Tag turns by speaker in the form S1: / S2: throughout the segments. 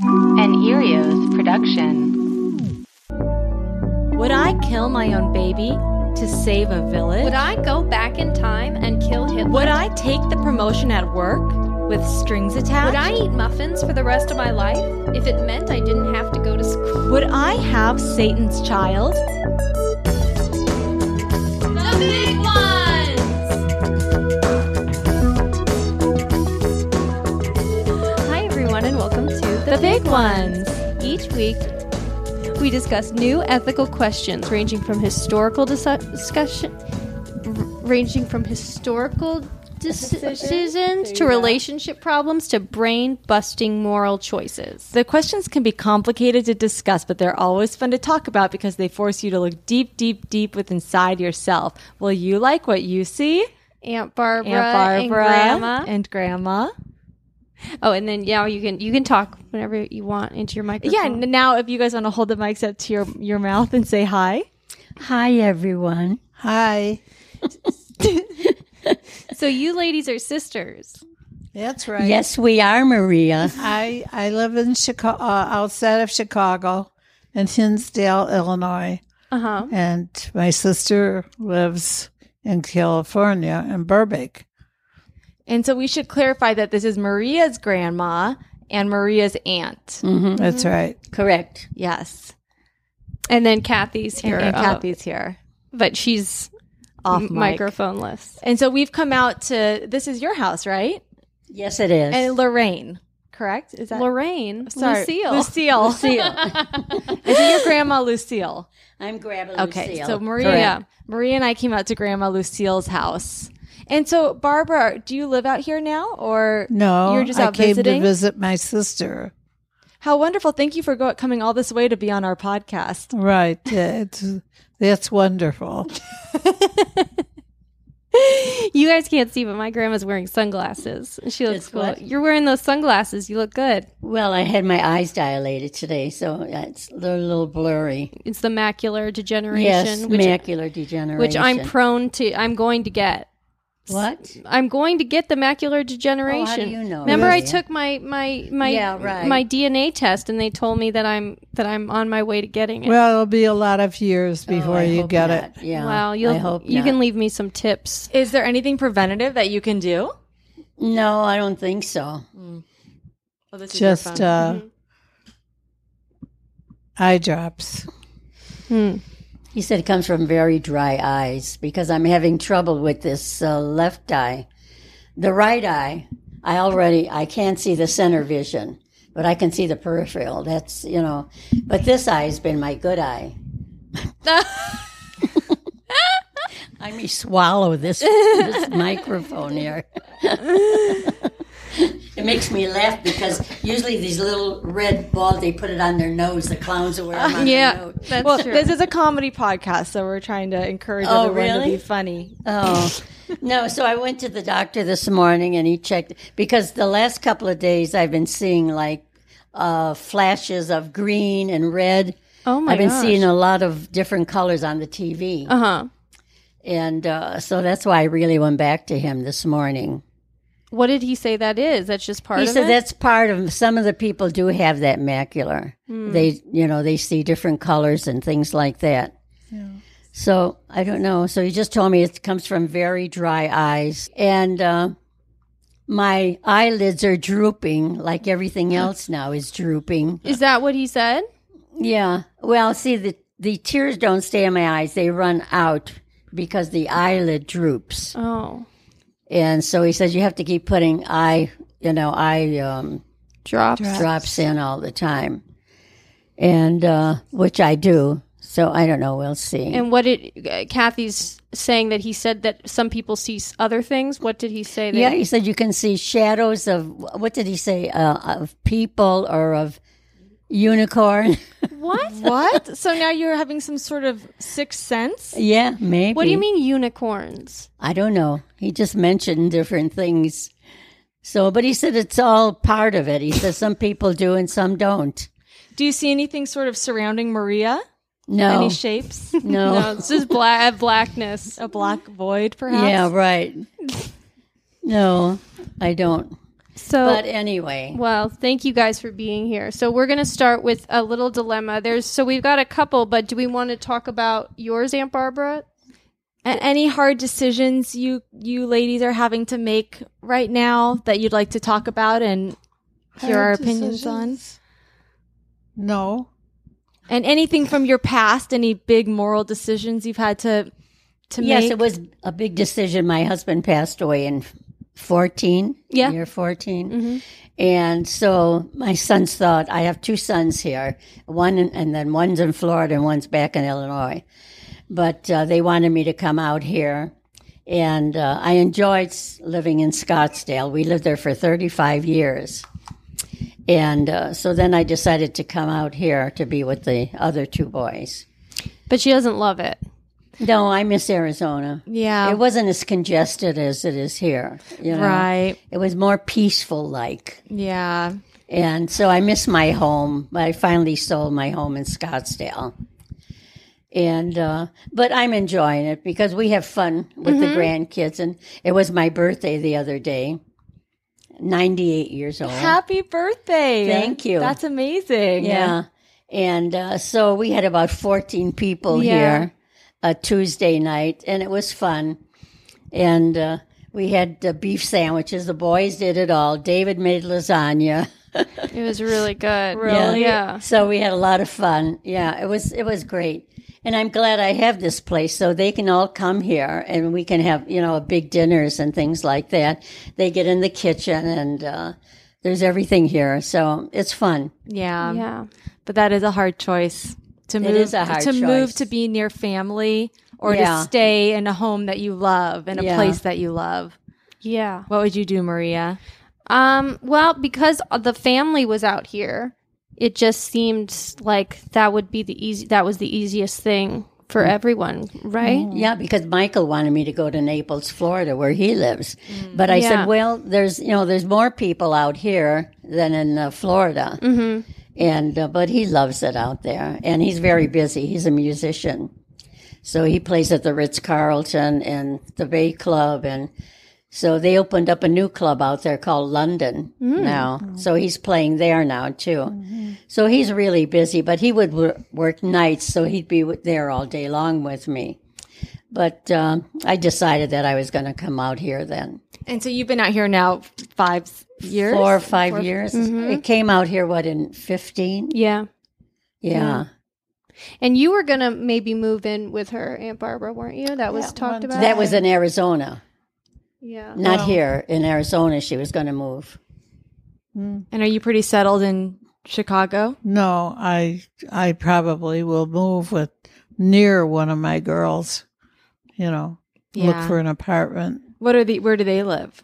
S1: An Erios production.
S2: Would I kill my own baby to save a village?
S1: Would I go back in time and kill Hitler?
S2: Would I take the promotion at work with strings attached?
S1: Would I eat muffins for the rest of my life if it meant I didn't have to go to school?
S2: Would I have Satan's child?
S1: The big ones!
S2: Hi, everyone, and welcome to The, Big Ones.
S3: Each week, we discuss new ethical questions ranging from historical dis- discussion, ranging from historical dis- decisions to relationship problems to brain busting moral choices.
S2: The questions can be complicated to discuss, but they're always fun to talk about because they force you to look deep, deep, deep within inside yourself. Will you like what you see?
S3: Aunt Barbara,
S2: Aunt Barbara
S3: and Grandma.
S2: And grandma.
S3: oh, and then yeah, you can you can talk whenever you want into your microphone.
S2: Yeah, and now if you guys want to hold the mics up to your, your mouth and say hi.
S4: Hi, everyone.
S5: Hi.
S3: so you ladies are sisters.
S5: That's right.
S4: Yes, we are, Maria.
S5: I, I live in Chicago, uh, outside of Chicago, in Hinsdale, Illinois.
S3: Uh
S4: Uh-huh.
S3: huh.
S5: And my sister lives in California, in Burbank.
S2: And so we should clarify that this is Maria's grandma and Maria's aunt.
S4: Mm-hmm.
S5: That's right.
S4: Correct.
S2: Yes.
S3: And then Kathy's
S2: And,
S3: here.
S2: and
S3: uh,
S2: Kathy's here.
S3: but she's
S2: Off
S3: m-
S2: mic.
S3: microphoneless.
S2: And so we've come out to this is your house, right?
S4: Yes, it is.
S2: And Lorraine, correct? Is that
S3: Lorraine,
S2: Sorry,
S3: Lucille.
S2: Lucille.
S4: Lucille.
S2: is it your grandma Lucille?
S4: I'm grabbing
S2: Okay.
S4: Lucille.
S2: So Maria Maria and I came out to Grandma Lucille's house. And so Barbara, do you live out here now or
S5: No,
S2: you're just
S5: I
S2: out
S5: came
S2: visiting?
S5: to visit my sister.
S2: How wonderful. Thank you for go- coming all this way to be on our podcast.
S5: Right. It's, that's wonderful.
S3: You guys can't see, but my grandma's wearing sunglasses. She looks
S4: It's
S3: cool.
S4: what?
S3: You're wearing those sunglasses. You look good.
S4: Well, I had my eyes dilated today, so it's a little, little blurry.
S3: It's the macular degeneration,
S4: Yes,
S3: which,
S4: macular degeneration.
S3: which I'm prone to. I'm going to get.
S4: What?
S3: I'm going to get the macular
S4: Oh,
S3: degeneration.
S4: how do you know?
S3: Remember, I
S4: Really?
S3: took my my my
S4: Yeah, right.
S3: my DNA test, and they told me that I'm that I'm on my way to getting it.
S5: Well, it'll be a lot of years before
S4: Oh, I
S5: you
S4: hope
S5: get
S4: not.
S5: it.
S4: Yeah.
S3: wow, you'll
S4: I hope
S3: you can
S4: not.
S3: leave me some tips.
S2: Is there anything preventative that you can do?
S4: No, I don't think so.
S2: Oh, this
S5: Just uh,
S4: Mm-hmm.
S5: eye drops.
S4: He said it comes from very dry eyes because I'm having trouble with this uh, left eye. The right eye, I already I can't see the center vision, but I can see the peripheral. That's you know, but this eye has been my good eye. I may swallow this, this microphone here. It makes me laugh because usually these little red balls, they put it on their nose. The clowns will wear them on their
S3: Yeah,
S4: nose.
S3: that's
S2: well,
S3: true.
S2: this is a comedy podcast, so we're trying to encourage
S4: Oh,
S2: everyone to be
S4: really?
S2: funny.
S4: Oh, no. So I went to the doctor this morning and he checked because the last couple of days I've been seeing like uh, flashes of green and red.
S3: oh my
S4: I've been
S3: gosh.
S4: seeing a lot of different colors on the TV.
S3: Uh huh.
S4: And uh, so that's why I really went back to him this morning.
S3: What did he say that is? That's just part
S4: he
S3: of
S4: said
S3: it.
S4: that's part of some of the people do have that macular.
S3: Hmm.
S4: They, you know, they see different colors and things like that. So I don't know. So he just told me it comes from very dry eyes, and uh, my eyelids are drooping, like everything else now is drooping.
S3: Is that what he said?
S4: Yeah. Well, see, the the tears don't stay in my eyes; they run out because the eyelid droops.
S3: Oh,
S4: And so he says you have to keep putting eye, you know, eye um,
S3: drops.
S4: drops in all the time, and uh, which I do. So I don't know. We'll see.
S3: And what did uh, Kathy's saying that he said that some people see s- other things? What did he say? That
S4: yeah, he said you can see shadows of what did he say uh, of people or of unicorn?
S3: What?
S2: What? so now you're having some sort of sixth sense?
S4: yeah, maybe.
S3: What do you mean unicorns?
S4: I don't know. He just mentioned different things. So, but he said it's all part of it. He says some people do and some don't.
S2: Do you see anything sort of surrounding Maria?
S4: No,
S2: Any shapes?
S4: no,
S3: No, it's just bla- blackness.
S2: A black void, perhaps?
S4: yeah, right. No, I don't.
S3: So
S4: But anyway,
S3: Well, thank you guys for being here. So we're going to start with a little dilemma. There's so we've got a couple, but do we want to talk about yours, Aunt Barbara?
S2: A- any hard decisions you you ladies are having to make right now that you'd like to talk about and hear our opinions on?
S5: No.
S2: And anything from your past, any big moral decisions you've had to to
S4: yes,
S2: make?
S4: it was a big decision. My husband passed away in fourteen.
S2: Yeah. Mm-hmm.
S4: year 14 And so my sons thought, I have two sons here, one in, and then one's in Florida and one's back in Illinois. But uh, they wanted me to come out here. And uh, I enjoyed s- living in Scottsdale. We lived there for 35 years. And uh, so then I decided to come out here to be with the other two boys.
S3: But she doesn't love it.
S4: No, I miss Arizona.
S2: Yeah.
S4: It wasn't as congested as it is here. you know?
S2: Um, Right.
S4: It was more peaceful like.
S2: Yeah.
S4: And so I miss my home. I finally sold my home in Scottsdale. And uh, but I'm enjoying it because we have fun with the grandkids and it was my birthday the other day. 98 years old.
S2: Happy birthday.
S4: Thank you.
S2: That's amazing.
S4: Yeah. And uh, so we had about 14 people here a Tuesday night, and it was fun. And uh, we had uh, beef sandwiches. The boys did it all. David made lasagna.
S3: It was really good.
S2: Really?
S3: Yeah.
S4: So we had a lot of fun. Yeah, it was it was great. And I'm glad I have this place so they can all come here and we can have, you know, big dinners and things like that. They get in the kitchen and uh, there's everything here. So it's fun.
S2: Yeah.
S3: Yeah.
S2: But that is a hard choice to move
S4: is a hard
S2: to move
S4: choice.
S2: to be near family or
S4: Yeah.
S2: to stay in a home that you love and a
S4: Yeah.
S2: place that you love.
S3: Yeah.
S2: What would you do, Maria?
S3: Um, well, because the family was out here, it just seemed like that would be the easy that was the easiest thing for everyone, right?
S4: Yeah, because Michael wanted me to go to Naples, Florida, where he lives. But I
S3: Yeah.
S4: said, well, there's you know there's more people out here than in uh, Florida, mm-hmm. and uh, but he loves it out there, and he's very busy. He's a musician, so he plays at the Ritz Carlton and the Bay Club, and so they opened up a new club out there called London now. So he's playing there now too. So he's really busy, but he would wor- work nights, so he'd be w- there all day long with me. But um, I decided that I was going to come out here then.
S2: And so you've been out here now five s- years.
S4: Four mm-hmm. or five years. It came out here, what, in 15?
S3: Yeah.
S4: Yeah.
S3: And you were gonna maybe move in with her, Aunt Barbara, weren't you? That was
S5: That
S3: talked
S5: one
S3: about.
S4: That was in Arizona,
S3: yeah.
S4: not
S5: Wow.
S4: here. In Arizona, she was going to move.
S2: And are you pretty settled in Chicago?
S5: No, I I probably will move with near one of my girls. You know,
S2: Yeah.
S5: look for an apartment.
S2: What are the where do they live?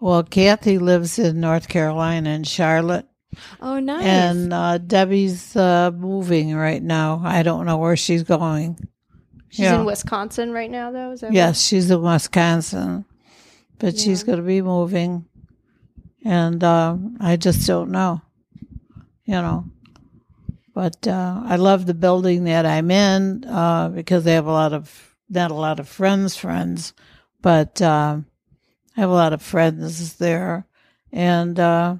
S5: Well, Kathy lives in North Carolina in Charlotte,
S2: Oh nice.
S5: and uh, Debbie's uh, moving right now. I don't know where she's going.
S3: She's
S5: Yeah.
S3: in Wisconsin right now, though. Is that right?
S5: Yes, she's in Wisconsin, but she's going to be moving, and um, I just don't know, you know. But uh, I love the building that I'm in uh, because I have a lot of not a lot of friends, friends, but um, I have a lot of friends there, and uh,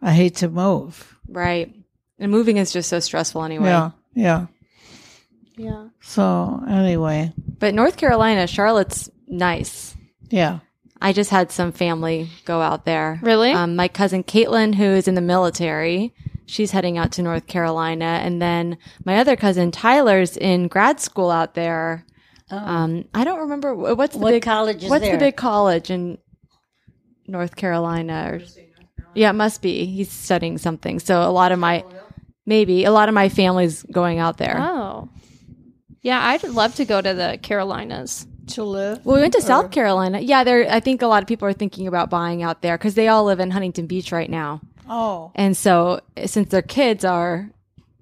S5: I hate to move.
S2: right. And moving is just so stressful anyway.
S5: Yeah, yeah.
S3: Yeah.
S5: So anyway,
S2: But North Carolina, Charlotte's nice.
S5: yeah.
S2: I just had some family go out there.
S3: Really?
S2: Um, my cousin Caitlin, who is in the military, she's heading out to North Carolina, and then my other cousin Tyler's in grad school out there. Um, I don't remember wh- what's the
S4: Oh. What
S2: big
S4: college is
S2: What's
S4: there?
S2: the big college in North Carolina? Or, yeah, it must be. He's studying something. So a lot of my maybe a lot of my family's going out there.
S3: Oh, Yeah, I'd love to go to the Carolinas.
S5: To live.
S2: Well, we
S4: Oh.
S2: went to South Carolina. Yeah, there. I think a lot of people are thinking about buying out there because they all live in Huntington Beach right now,
S5: Oh,
S2: and so eh, since their kids are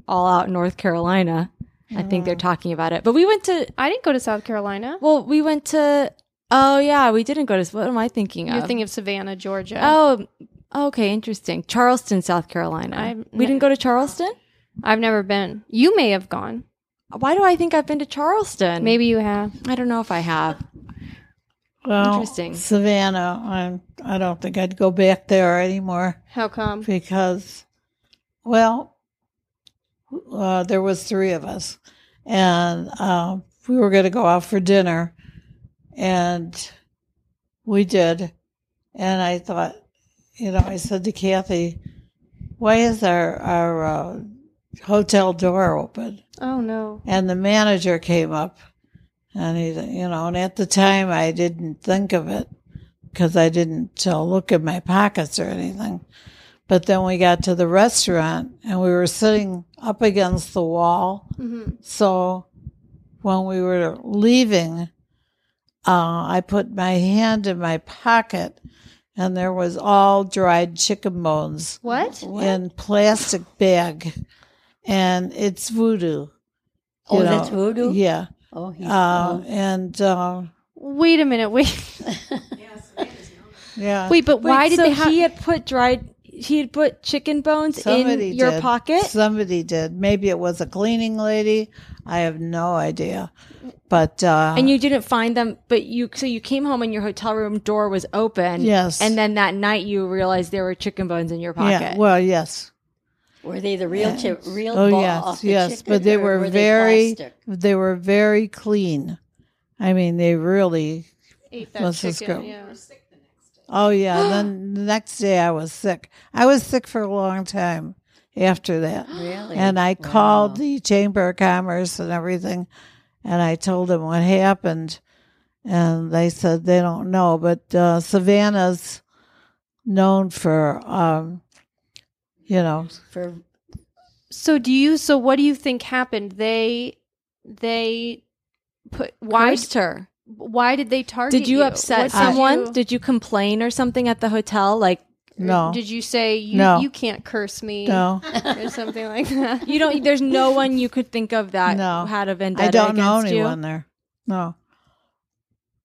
S2: all out in North Carolina, I think they're talking about it. But we went to.
S3: I didn't go to South Carolina.
S2: Well, we went to. Oh yeah, we didn't go to. What am I thinking of?
S3: You're thinking of Savannah, Georgia.
S2: oh, okay, interesting. Charleston, South Carolina.
S3: I'm-
S2: we didn't go to Charleston.
S3: I've never been. You may have gone.
S2: Why do I think I've been to Charleston?
S3: Maybe you have.
S2: I don't know if I have.
S5: well,
S2: interesting.
S5: Savannah. I'm. I don't think I'd go back there anymore
S3: How come?
S5: because, well, uh, there was three of us, and uh, we were going to go out for dinner, and we did, and I thought, you know, I said to Kathy, "Why is our our uh, hotel door open?"
S3: Oh no.
S5: and the manager came up and he you know and at the time i didn't think of it because i didn't uh, look in my pockets or anything but then we got to the restaurant and we were sitting up against the wall
S4: Mm-hmm.
S5: so when we were leaving uh, i put my hand in my pocket and there was all dried chicken bones
S3: What?
S5: in plastic bag and it's voodoo
S4: Oh,
S5: you
S4: that's
S5: know,
S4: voodoo.
S5: yeah.
S4: Oh, he's,
S5: Uh, and uh,
S3: Wait a minute. Wait.
S5: yeah.
S3: Wait. But why
S2: Wait,
S3: did
S2: so
S3: they have?
S2: he had put dried? He had put chicken bones in your
S5: did.
S2: pocket.
S5: Somebody did. Maybe it was a cleaning lady. I have no idea. But uh,
S2: and you didn't find them but you so you came home and your hotel room door was open
S5: Yes.
S2: and then that night you realized there were chicken bones in your pocket
S5: yeah. Well, yes.
S4: were they the real chip? Real
S5: Oh,
S4: ball
S5: yes,
S4: off the
S5: yes.
S4: chicken,
S5: but they
S4: or
S5: were,
S4: were they
S5: very. They,
S4: plastic?
S5: were very clean. I mean, they really
S3: ate
S5: was this girl. Oh yeah. And then the next day I was sick. I was sick for a long time after that.
S4: Really?
S5: And I
S4: Wow.
S5: called the Chamber of Commerce and everything and I told them what happened and they said they don't know, but uh, Savannah's known for um you know
S4: for
S3: So do you? So what do you think happened? They, they, put why?
S2: Cursed her
S3: Why did they target?
S2: did you upset
S3: What did
S2: someone
S3: you-
S2: did you complain or something at the hotel like
S5: no.
S3: Did you say you
S5: No.
S3: you can't curse me
S5: no.
S3: or something like that?
S2: you don't there's no one you could think of that
S5: No.
S2: had a vendetta
S5: I don't know
S2: against you?
S5: anyone there. No.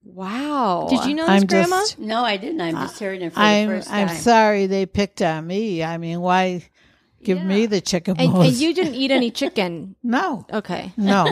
S2: wow
S3: Did you know this,
S5: I'm
S3: Grandma?
S5: just
S4: no, I didn't. I'm just hearing it for
S5: I'm
S4: the first time.
S5: I'm sorry they picked on me. I mean, why give me the chicken
S2: and,
S5: bones?
S2: and you didn't eat any chicken
S5: no.
S2: okay
S5: No.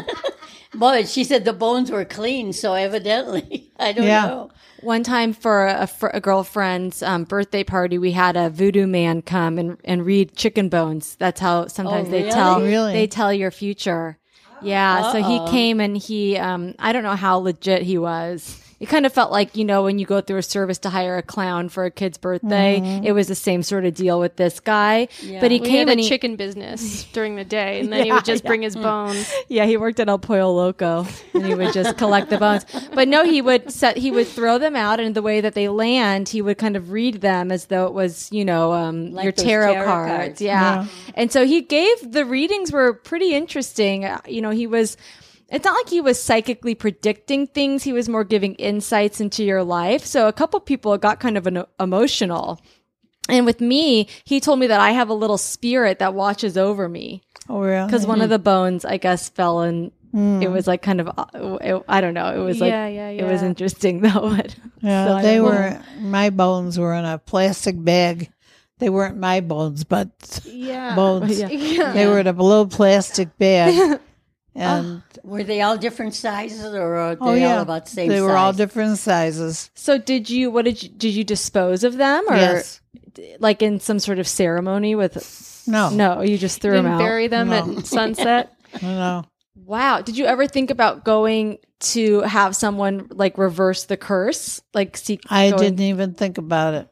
S4: Boy, she said the bones were clean, so evidently, I don't
S5: Yeah.
S4: know.
S2: One time for a, fr- a girlfriend's um, birthday party, we had a voodoo man come and, and read chicken bones. That's how sometimes
S4: Oh,
S2: they
S4: really?
S2: tell
S5: Really?
S2: they tell your future. Yeah. So he came and he um, I don't know how legit he was. It kind of felt like you know when you go through a service to hire a clown for a kid's birthday. It was the same sort of deal with this guy, but he
S3: We
S2: came
S3: had
S2: and
S3: a
S2: he,
S3: chicken business during the day, and then he would just bring his bones.
S2: Yeah, he worked at El Pollo Loco, and he would just collect the bones. But no, he would set, he would throw them out, and the way that they land, he would kind of read them as though it was, you know, um,
S4: Like
S2: your
S4: those
S2: tarot,
S4: tarot
S2: cards.
S4: cards.
S2: Yeah. and so he gave the readings were pretty interesting. Uh, You know, he was. It's not like he was psychically predicting things. He was more giving insights into your life. So a couple people got kind of an, uh, emotional. And with me, he told me that I have a little spirit that watches over me
S5: Oh, really?
S2: because one of the bones i guess fell and it
S5: Mm.
S2: was like kind of uh, it, i don't know it was like
S3: Yeah, yeah,
S2: it was
S3: yeah.
S2: interesting though but
S5: Yeah,
S2: so I
S5: they
S2: don't know.
S5: were my bones were in a plastic bag. They weren't my bones, but
S3: Yeah.
S5: bones.
S2: Yeah.
S5: They were in a blue plastic bag. And
S4: Were they all different sizes, or are they
S5: oh yeah,
S4: all about the same?
S5: they were all
S4: size?
S5: different sizes.
S2: so did you what did you did you dispose of them or
S5: yes.
S2: like in some sort of ceremony with
S5: No.
S2: no you just threw
S3: You
S2: them
S3: didn't
S2: out
S3: bury them at sunset.
S5: No.
S2: wow did you ever think about going to have someone like reverse the curse like seek
S5: I
S2: go
S5: didn't even think about it.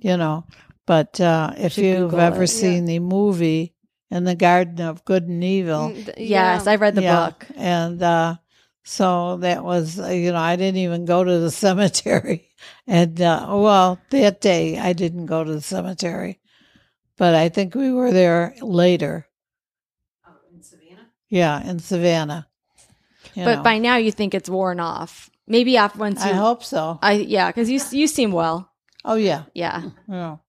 S5: You know, but uh, if
S2: Should
S5: you've
S2: Google
S5: ever
S2: it.
S5: seen the movie "In the Garden of Good and Evil,"
S2: yes i Mm, read the
S5: yeah,
S2: book
S5: and uh, so that was uh, you know I didn't even go to the cemetery, and uh, well that day I didn't go to the cemetery, but I think we were there later. Oh, in Savannah. Yeah, in Savannah. you
S2: but
S5: know.
S2: by now you think it's worn off. Maybe off once you.
S5: I hope so.
S2: I yeah, because you you seem well.
S5: oh yeah,
S2: Yeah.
S5: yeah,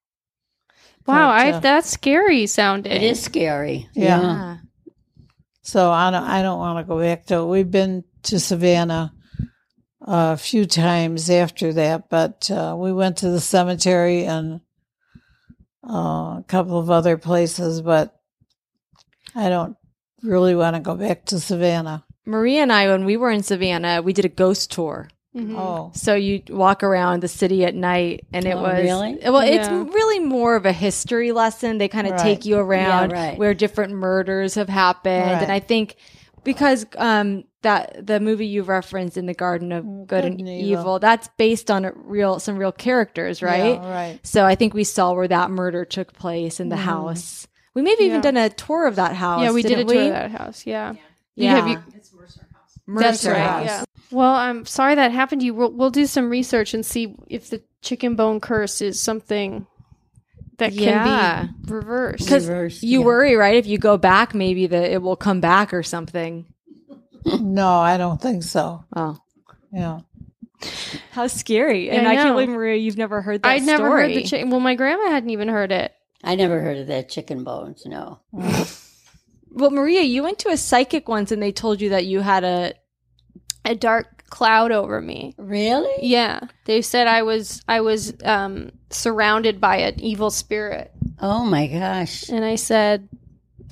S3: Wow,
S5: But,
S3: I,
S5: uh,
S3: that's scary sounding.
S4: It is scary.
S5: yeah.
S2: Yeah.
S5: So I don't, I don't want to go back to it. We've been to Savannah uh, a few times after that, but uh, we went to the cemetery and uh, a couple of other places, but I don't really want to go back to Savannah.
S2: Maria and I, when we were in Savannah, we did a ghost tour.
S3: Mhm.
S5: Oh,
S2: So you walk around the city at night, and it
S4: Oh,
S2: was
S4: really?
S2: well. It's
S3: Yeah.
S2: really more of a history lesson. They kind of
S5: Right.
S2: take you around
S4: Yeah, right.
S2: where different murders have happened,
S5: Right.
S2: and I think because um, that the movie you referenced in the Garden of Good, and, evil. that's based on a real some real characters, right?
S5: Yeah, right.
S2: So I think we saw where that murder took place in the house. We maybe even done a tour of that house.
S3: Yeah, we did a
S2: didn't
S3: tour
S2: we?
S3: of that house. Yeah.
S2: Yeah,
S3: have you-
S2: Mercer
S5: That's right,
S2: House.
S3: Yeah. Well, I'm sorry that happened to you. We'll, we'll do some research and see if the chicken bone curse is something that
S2: Yeah.
S3: can be reversed.
S2: Because
S4: Reverse,
S2: you
S4: yeah.
S2: worry, right? If you go back, maybe that it will come back or something.
S5: No, I don't think so.
S2: Oh,
S5: Yeah.
S2: how scary! and
S3: I
S2: I, can't
S3: know.
S2: believe, Maria, you've never heard that.
S3: I'd never heard the
S2: story.
S3: chicken. Well, my grandma hadn't even heard it.
S4: I never heard of that chicken bones. No.
S2: Well, Maria, you went to a psychic once, and they told you that you had a.
S3: A dark cloud over me.
S4: Really?
S3: Yeah, they said I was I was um, surrounded by an evil spirit,
S4: Oh my gosh.
S3: and I said,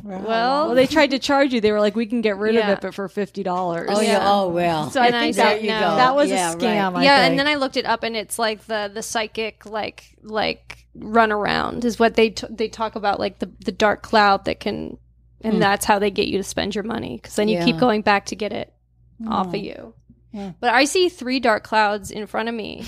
S2: Well,
S3: "Well,
S2: they tried to charge you. They were like, "We can get rid
S3: Yeah.
S2: of it, but for fifty dollars."
S4: Oh yeah.
S3: Yeah.
S4: Oh well.
S2: So I
S3: And I
S2: think
S3: said
S2: that,
S3: no.
S2: that was
S4: Yeah,
S2: a
S4: right.
S2: scam. I
S3: yeah."
S2: think.
S3: And then I looked it up, and it's like the the psychic like like runaround is what they t- they talk about, like the the dark cloud that can, and
S2: Hmm.
S3: that's how they get you to spend your money because then you keep
S4: Yeah.
S3: going back to get it off of
S2: Hmm.
S3: you. But I see three dark clouds in front of me.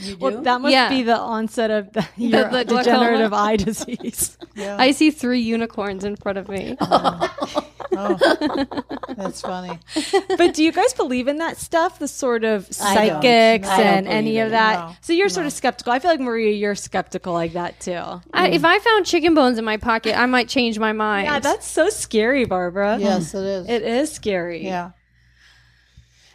S4: You do?
S2: Well, that must
S3: Yeah.
S2: be the onset of the, your
S3: the glaucoma.
S2: degenerative eye disease.
S3: I see three unicorns in front of me.
S5: Oh, that's funny.
S2: but do you guys believe in that stuff? The sort of
S4: I don't.
S2: psychics
S4: I don't
S2: and
S4: believe
S2: any
S4: in
S2: of
S4: it,
S2: that?
S5: no.
S2: so you're sort of skeptical. I feel like Maria, you're skeptical like that too.
S3: I, if I found chicken bones in my pocket, I might change my mind.
S2: Yeah, that's so scary, Barbara.
S5: Yes, it is.
S2: It is scary.
S5: yeah.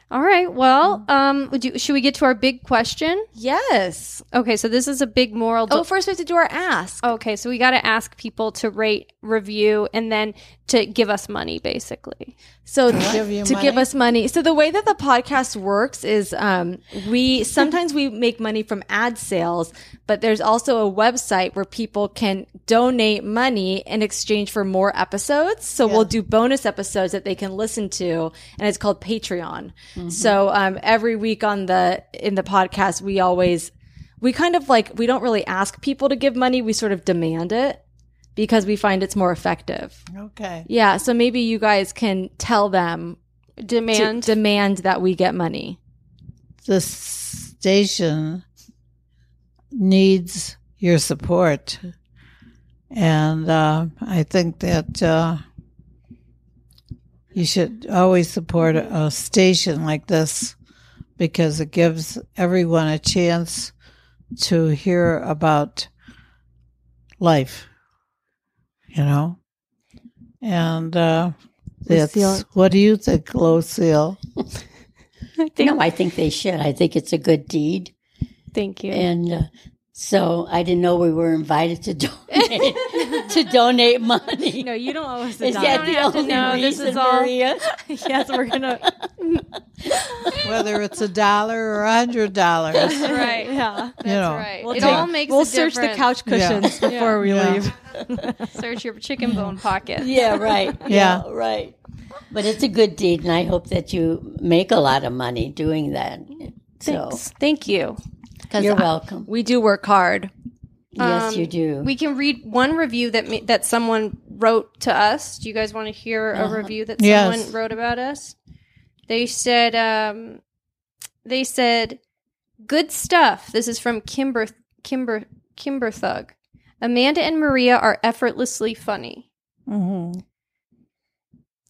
S3: All right. Well,
S2: Hmm.
S3: um, would you, should we get to our big question?
S2: Yes.
S3: Okay, so this is a big moral.
S2: Oh, first we have to do our ask.
S3: Oh, okay, so we got to ask people to rate, review, and then to give us money, basically.
S2: So
S5: give you
S2: to
S5: money?
S2: give us money. So the way that the podcast works is um, we sometimes we make money from ad sales, but there's also a website where people can donate money in exchange for more episodes. So we'll do bonus episodes that they can listen to, and it's called Patreon.
S5: Mm-hmm.
S2: So um, every week on the in the podcast, we always we kind of like we don't really ask people to give money; we sort of demand it because we find it's more effective.
S5: Okay.
S2: Yeah, so maybe you guys can tell them to
S3: Demand.
S2: demand that we get money.
S5: the station needs your support. And uh, I think that uh, you should always support a a station like this because it gives everyone a chance to hear about life, you know? And uh, that's what do you think, Lucille?
S4: no, I think they should. I think it's a good deed.
S3: Thank you.
S4: And uh, so I didn't know we were invited to donate to donate money.
S2: No, you don't owe us a
S4: is that
S2: dime.
S4: the
S3: have to
S4: only
S3: know. This
S4: reason,
S3: is all-
S4: Maria?
S2: yes, we're gonna.
S5: whether it's a dollar or a hundred dollars. You
S3: right.
S2: Yeah,
S5: know,
S3: Right.
S2: We'll
S3: it
S2: take-
S3: all makes.
S2: we'll
S3: a
S2: search the
S3: difference.
S2: couch cushions before we
S5: Yeah.
S2: leave.
S3: Search your chicken bone pocket.
S4: Yeah, right.
S5: Yeah.
S4: right. But it's a good deed, and I hope that you make a lot of money doing that. So
S3: Thanks. Thank you.
S4: you're welcome.
S2: We do work hard. Um,
S4: yes, you do.
S3: We can read one review that ma- that someone wrote to us. Do you guys want to hear a review that
S5: Yes.
S3: someone wrote about us? They said, um, they said, good stuff. This is from Kimber Kimber Kimber Thug. Amanda and Maria are effortlessly funny.
S5: Mhm.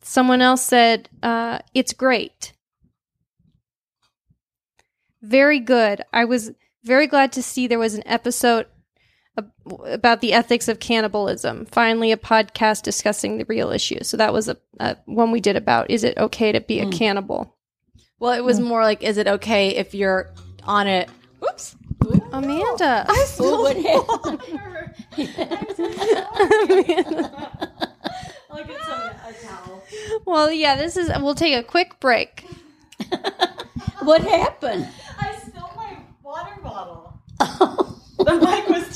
S3: Someone else said, uh, it's great. Very good. I was very glad to see there was an episode ab- about the ethics of cannibalism. Finally, a podcast discussing the real issue. So that was a, a one we did about is it okay to
S4: Hmm.
S3: be a cannibal?
S2: Well, it was more like, is it okay if you're on it? Oops.
S3: Amanda,
S4: Who would have?
S3: well, yeah, this is. We'll take a quick break.
S4: What happened?
S6: I spilled my water bottle. the mic was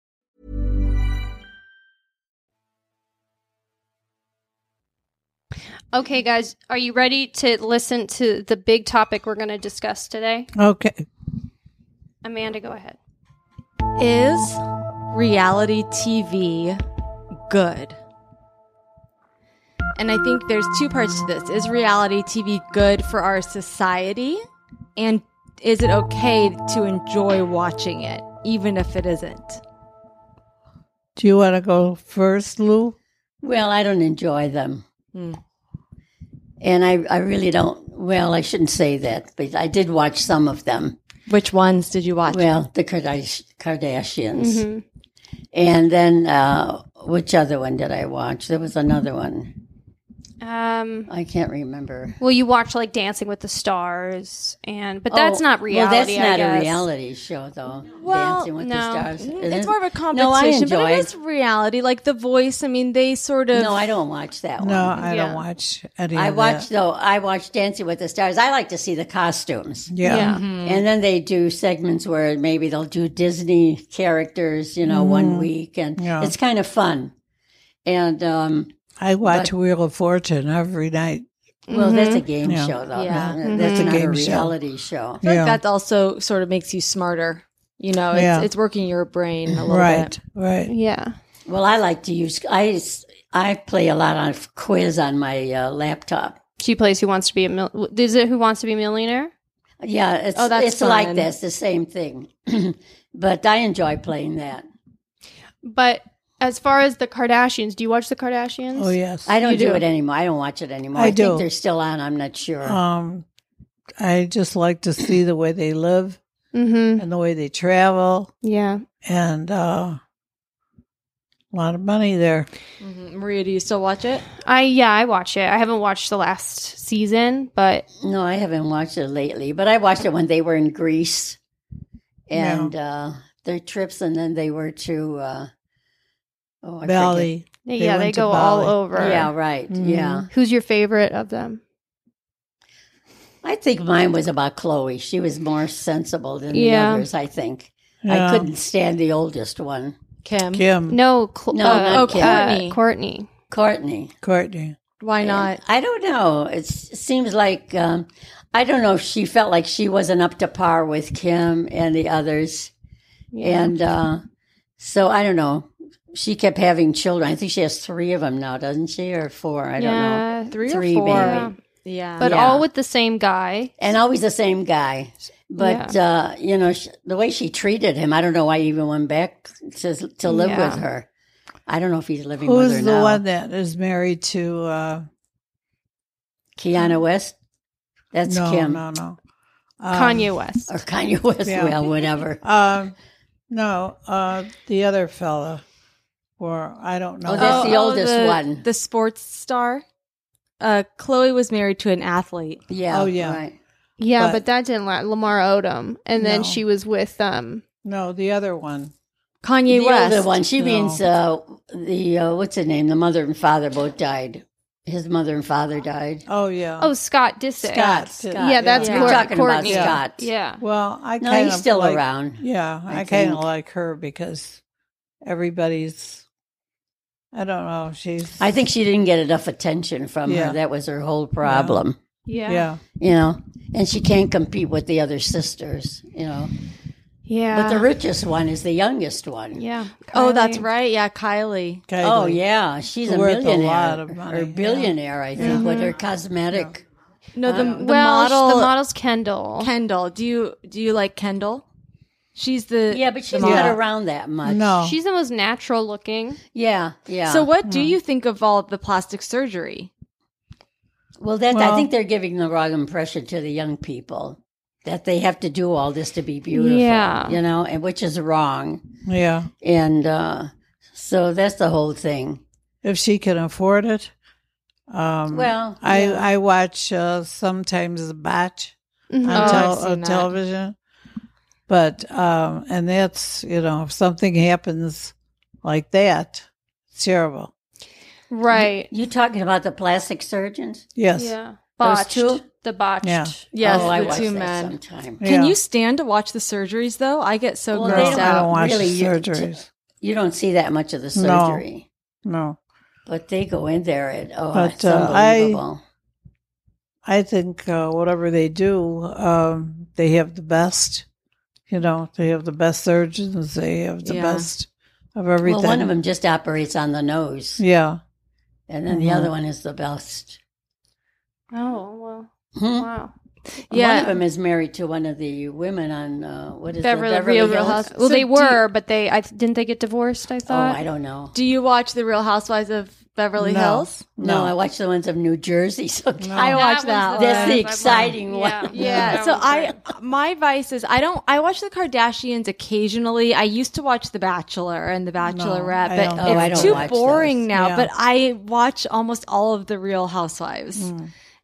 S3: Okay, guys, are you ready to listen to the big topic we're going to discuss today?
S5: Okay.
S3: Amanda, go ahead.
S2: Is reality TV good? And I think there's two parts to this. Is reality TV good for our society? And is it okay to enjoy watching it, even if it isn't?
S5: Do you want to go first, Lou?
S4: Well, I don't enjoy them.
S2: Hmm.
S4: And I, I really don't. Well, I shouldn't say that, but I did watch some of them.
S2: Which ones did you watch?
S4: Well, the Kardash- Kardashians.
S2: Mm-hmm.
S4: And then, uh, which other one did I watch? There was another one.
S3: Um,
S4: I can't remember.
S3: well, you watch like Dancing with the Stars, and but that's
S4: Oh,
S3: not reality.
S4: Well, that's
S3: I
S4: not a
S3: guess.
S4: reality show, though.
S3: Well,
S4: Dancing with
S3: no.
S4: the Stars.
S2: Mm, It's more of a competition,
S4: No, I enjoy.
S2: but it is reality. Like The Voice, I mean, they sort of.
S4: No, I don't watch that one.
S5: No, I
S3: Yeah.
S5: don't watch any.
S4: I
S5: of
S4: watch
S5: That.
S4: though. I watch Dancing with the Stars. I like to see the costumes,
S5: Yeah.
S4: and then they do segments where maybe they'll do Disney characters, you know, one week, and
S5: Mm-hmm. Yeah.
S4: it's kind of fun. And um,
S5: I watch Wheel of Fortune every night.
S4: well, that's a game
S5: Yeah.
S4: show, though.
S2: Mm-hmm. Yeah.
S4: That- That's
S5: Mhm.
S4: not a
S5: Game show.
S4: reality show.
S2: I feel
S5: Yeah.
S2: like that also sort of makes you smarter. You know, it's,
S5: Yeah.
S2: it's working your brain a little
S5: Right.
S2: bit.
S5: Right.
S3: Yeah.
S4: Well, I like to use I s- I play a lot of quiz on my uh, laptop.
S3: She plays Who Wants to Be a Mil- Is it Who Wants to Be a Millionaire?
S4: Yeah, it's
S2: Oh, that's
S4: it's like
S2: fun.
S4: this, the same thing. but I enjoy playing that.
S3: But as far as the Kardashians, do you watch the Kardashians?
S5: Oh yes.
S4: I don't
S3: You
S4: do.
S3: do.
S4: it anymore. I don't watch it anymore.
S5: I
S4: I,
S5: do.
S4: think they're still on. I'm not sure.
S5: um, I just like to see the way they live
S3: Mm-hmm.
S5: and the way they travel,
S3: Yeah.
S5: and uh, a lot of money there.
S2: Mhm. Maria, do you still watch it?
S3: I yeah, I watch it. I haven't watched the last season, but
S4: no, I haven't watched it lately. But I watched it when they were in Greece, and uh, their trips, and then they were to uh, oh, I
S5: Valley.
S3: they,
S5: They
S3: yeah,
S5: went
S3: they
S5: to
S3: go all
S5: Bali.
S3: over.
S4: Forget. Yeah, right.
S3: Mm-hmm.
S4: Yeah,
S3: Who's your favorite of them?
S4: I think mine was about Chloe. She was more sensible than
S3: Yeah.
S4: the others. I think
S5: Yeah.
S4: I couldn't stand the oldest one,
S2: Kim?
S5: Kim
S3: No, Cl-
S4: No, not
S3: oh,
S4: Kim.
S3: Courtney.
S2: Courtney.
S3: Courtney.
S4: Courtney.
S5: Courtney.
S2: Why not?
S4: I don't know. It's, it seems like um, I don't know if she felt like she wasn't up to par with Kim and the others, and uh, so I don't know. She kept having children. I think she has three of them now, doesn't she, or four? I don't know.
S3: yeah,
S2: Three or
S4: Three,
S2: four?
S4: maybe.
S2: Yeah.
S3: but
S4: Yeah.
S3: all with the same guy.
S4: And always the same guy. But uh, you know, sh the way she treated him, I don't know why he even went back to to live
S3: Yeah.
S4: with her. I don't know if he's living with
S5: Who's
S4: her
S5: the
S4: now.
S5: one that is married to? Uh,
S4: Kiana West. That's
S5: no,
S4: Kim
S5: no, no. Um,
S3: Kanye West.
S4: or Kanye West.
S5: Yeah.
S4: Well, whatever.
S5: Um, no, uh, the other fella, or I don't know.
S4: Oh, that's the oldest
S2: the,
S4: one.
S2: The sports star. Uh, Chloe was married to an athlete.
S4: Yeah.
S5: Oh, yeah.
S4: Right.
S3: Yeah, but,
S5: But-
S3: that didn't last. Lamar Odom, and then
S5: No.
S3: she was with um.
S5: no, the other one.
S2: Kanye
S4: the
S2: West.
S4: other one. She
S5: No.
S4: means uh, the uh, what's her name? The mother and father both died. His mother and father died.
S5: Oh yeah.
S3: Oh, Scott Disick.
S5: Scott.
S3: Yeah, that's
S4: You're
S3: Court-
S4: talking about
S3: Courtney.
S4: Scott.
S3: Yeah.
S5: Well, I
S4: No,
S5: kind
S4: he's
S5: of
S4: still
S5: like-
S4: around.
S5: Yeah, I,
S4: I
S5: kind of
S4: think.
S5: like her because everybody's. I don't know. She's.
S4: I think she didn't get enough attention from
S5: Yeah.
S4: her. That was her whole problem.
S3: Yeah.
S5: Yeah.
S4: You know, and she can't compete with the other sisters, you know.
S3: Yeah.
S4: But the richest one is the youngest one.
S3: yeah.
S2: Oh, that's
S3: Kylie.
S2: right. Yeah, Kylie.
S5: Kylie.
S4: Oh yeah, she's a
S5: Worth a
S4: millionaire
S5: lot of money,
S4: or
S5: yeah.
S4: billionaire, I think, with her cosmetic.
S2: No, Um, the, the
S3: well, sh-
S2: model
S3: the model's Kendall.
S2: Kendall. Do you do you like Kendall? She's the
S4: Yeah, but she's
S2: the
S4: not
S2: model.
S4: around that much.
S5: No.
S3: She's the most natural looking.
S4: Yeah, yeah.
S2: So what do you think of all the plastic surgery?
S4: Well, that I
S5: Well-
S4: think they're giving the wrong impression to the young people that they have to do all this to be beautiful.
S3: Yeah.
S4: you know, and which is wrong.
S5: yeah.
S4: And uh, so that's the whole thing.
S5: If she can afford it. Um,
S4: Well,
S5: I
S4: yeah.
S5: I watch uh, sometimes the batch on,
S4: Mm-hmm.
S2: Oh, I've
S5: tel-
S2: seen
S5: on
S2: that.
S5: television, but um, and that's you know if something happens like that, it's terrible.
S3: Right.
S4: You talking about the plastic surgeons?
S5: Yes.
S3: Yeah.
S4: Those
S3: Botched.
S4: two?
S3: The botched.
S5: Yeah.
S2: Yes,
S4: oh, I
S2: the
S4: watch
S2: two
S4: that
S2: men.
S4: sometime.
S2: Can
S5: Yeah.
S2: you stand to watch the surgeries though? I get so
S4: Well, they
S2: grossed
S4: don't-
S5: I don't
S2: out.
S5: watch
S4: Really,
S5: the
S4: you-
S5: surgeries.
S4: You don't see that much of the
S5: No.
S4: surgery.
S5: No,
S4: But they go in there and oh,
S5: But,
S4: it's
S5: uh, I-
S4: unbelievable.
S5: I think uh, whatever they do, um, they have the best. You know, they have the best surgeons. They have the
S2: Yeah.
S5: best of everything.
S4: well, one of them just operates on the nose,
S5: Yeah.
S4: and then
S5: Mm-hmm.
S4: the other one is the best.
S3: Oh, well.
S4: Hmm?
S3: Wow.
S4: One
S2: Yeah.
S4: of them is married to one of the women on uh, what is
S3: Beverly,
S4: it, Beverly
S3: Real,
S4: Hills?
S3: Real House. Well,
S2: So
S3: they
S2: do
S3: were, but they I th- didn't they get divorced, I
S4: Oh,
S3: thought.
S4: I don't know.
S2: Do you watch the Real Housewives of Beverly
S5: No.
S2: Hills?
S4: No, I watch the ones of New Jersey. Sometimes
S2: I watch that.
S4: the That's the exciting one.
S2: Yeah. So I my vice is I don't I watch the Kardashians occasionally. I used to watch The Bachelor and The Bachelorette,
S5: I
S2: but
S5: don't.
S2: it's
S5: Oh,
S4: I don't
S2: too
S4: watch
S2: boring
S4: those.
S2: now.
S5: Yeah.
S2: But I watch almost all of the Real Housewives.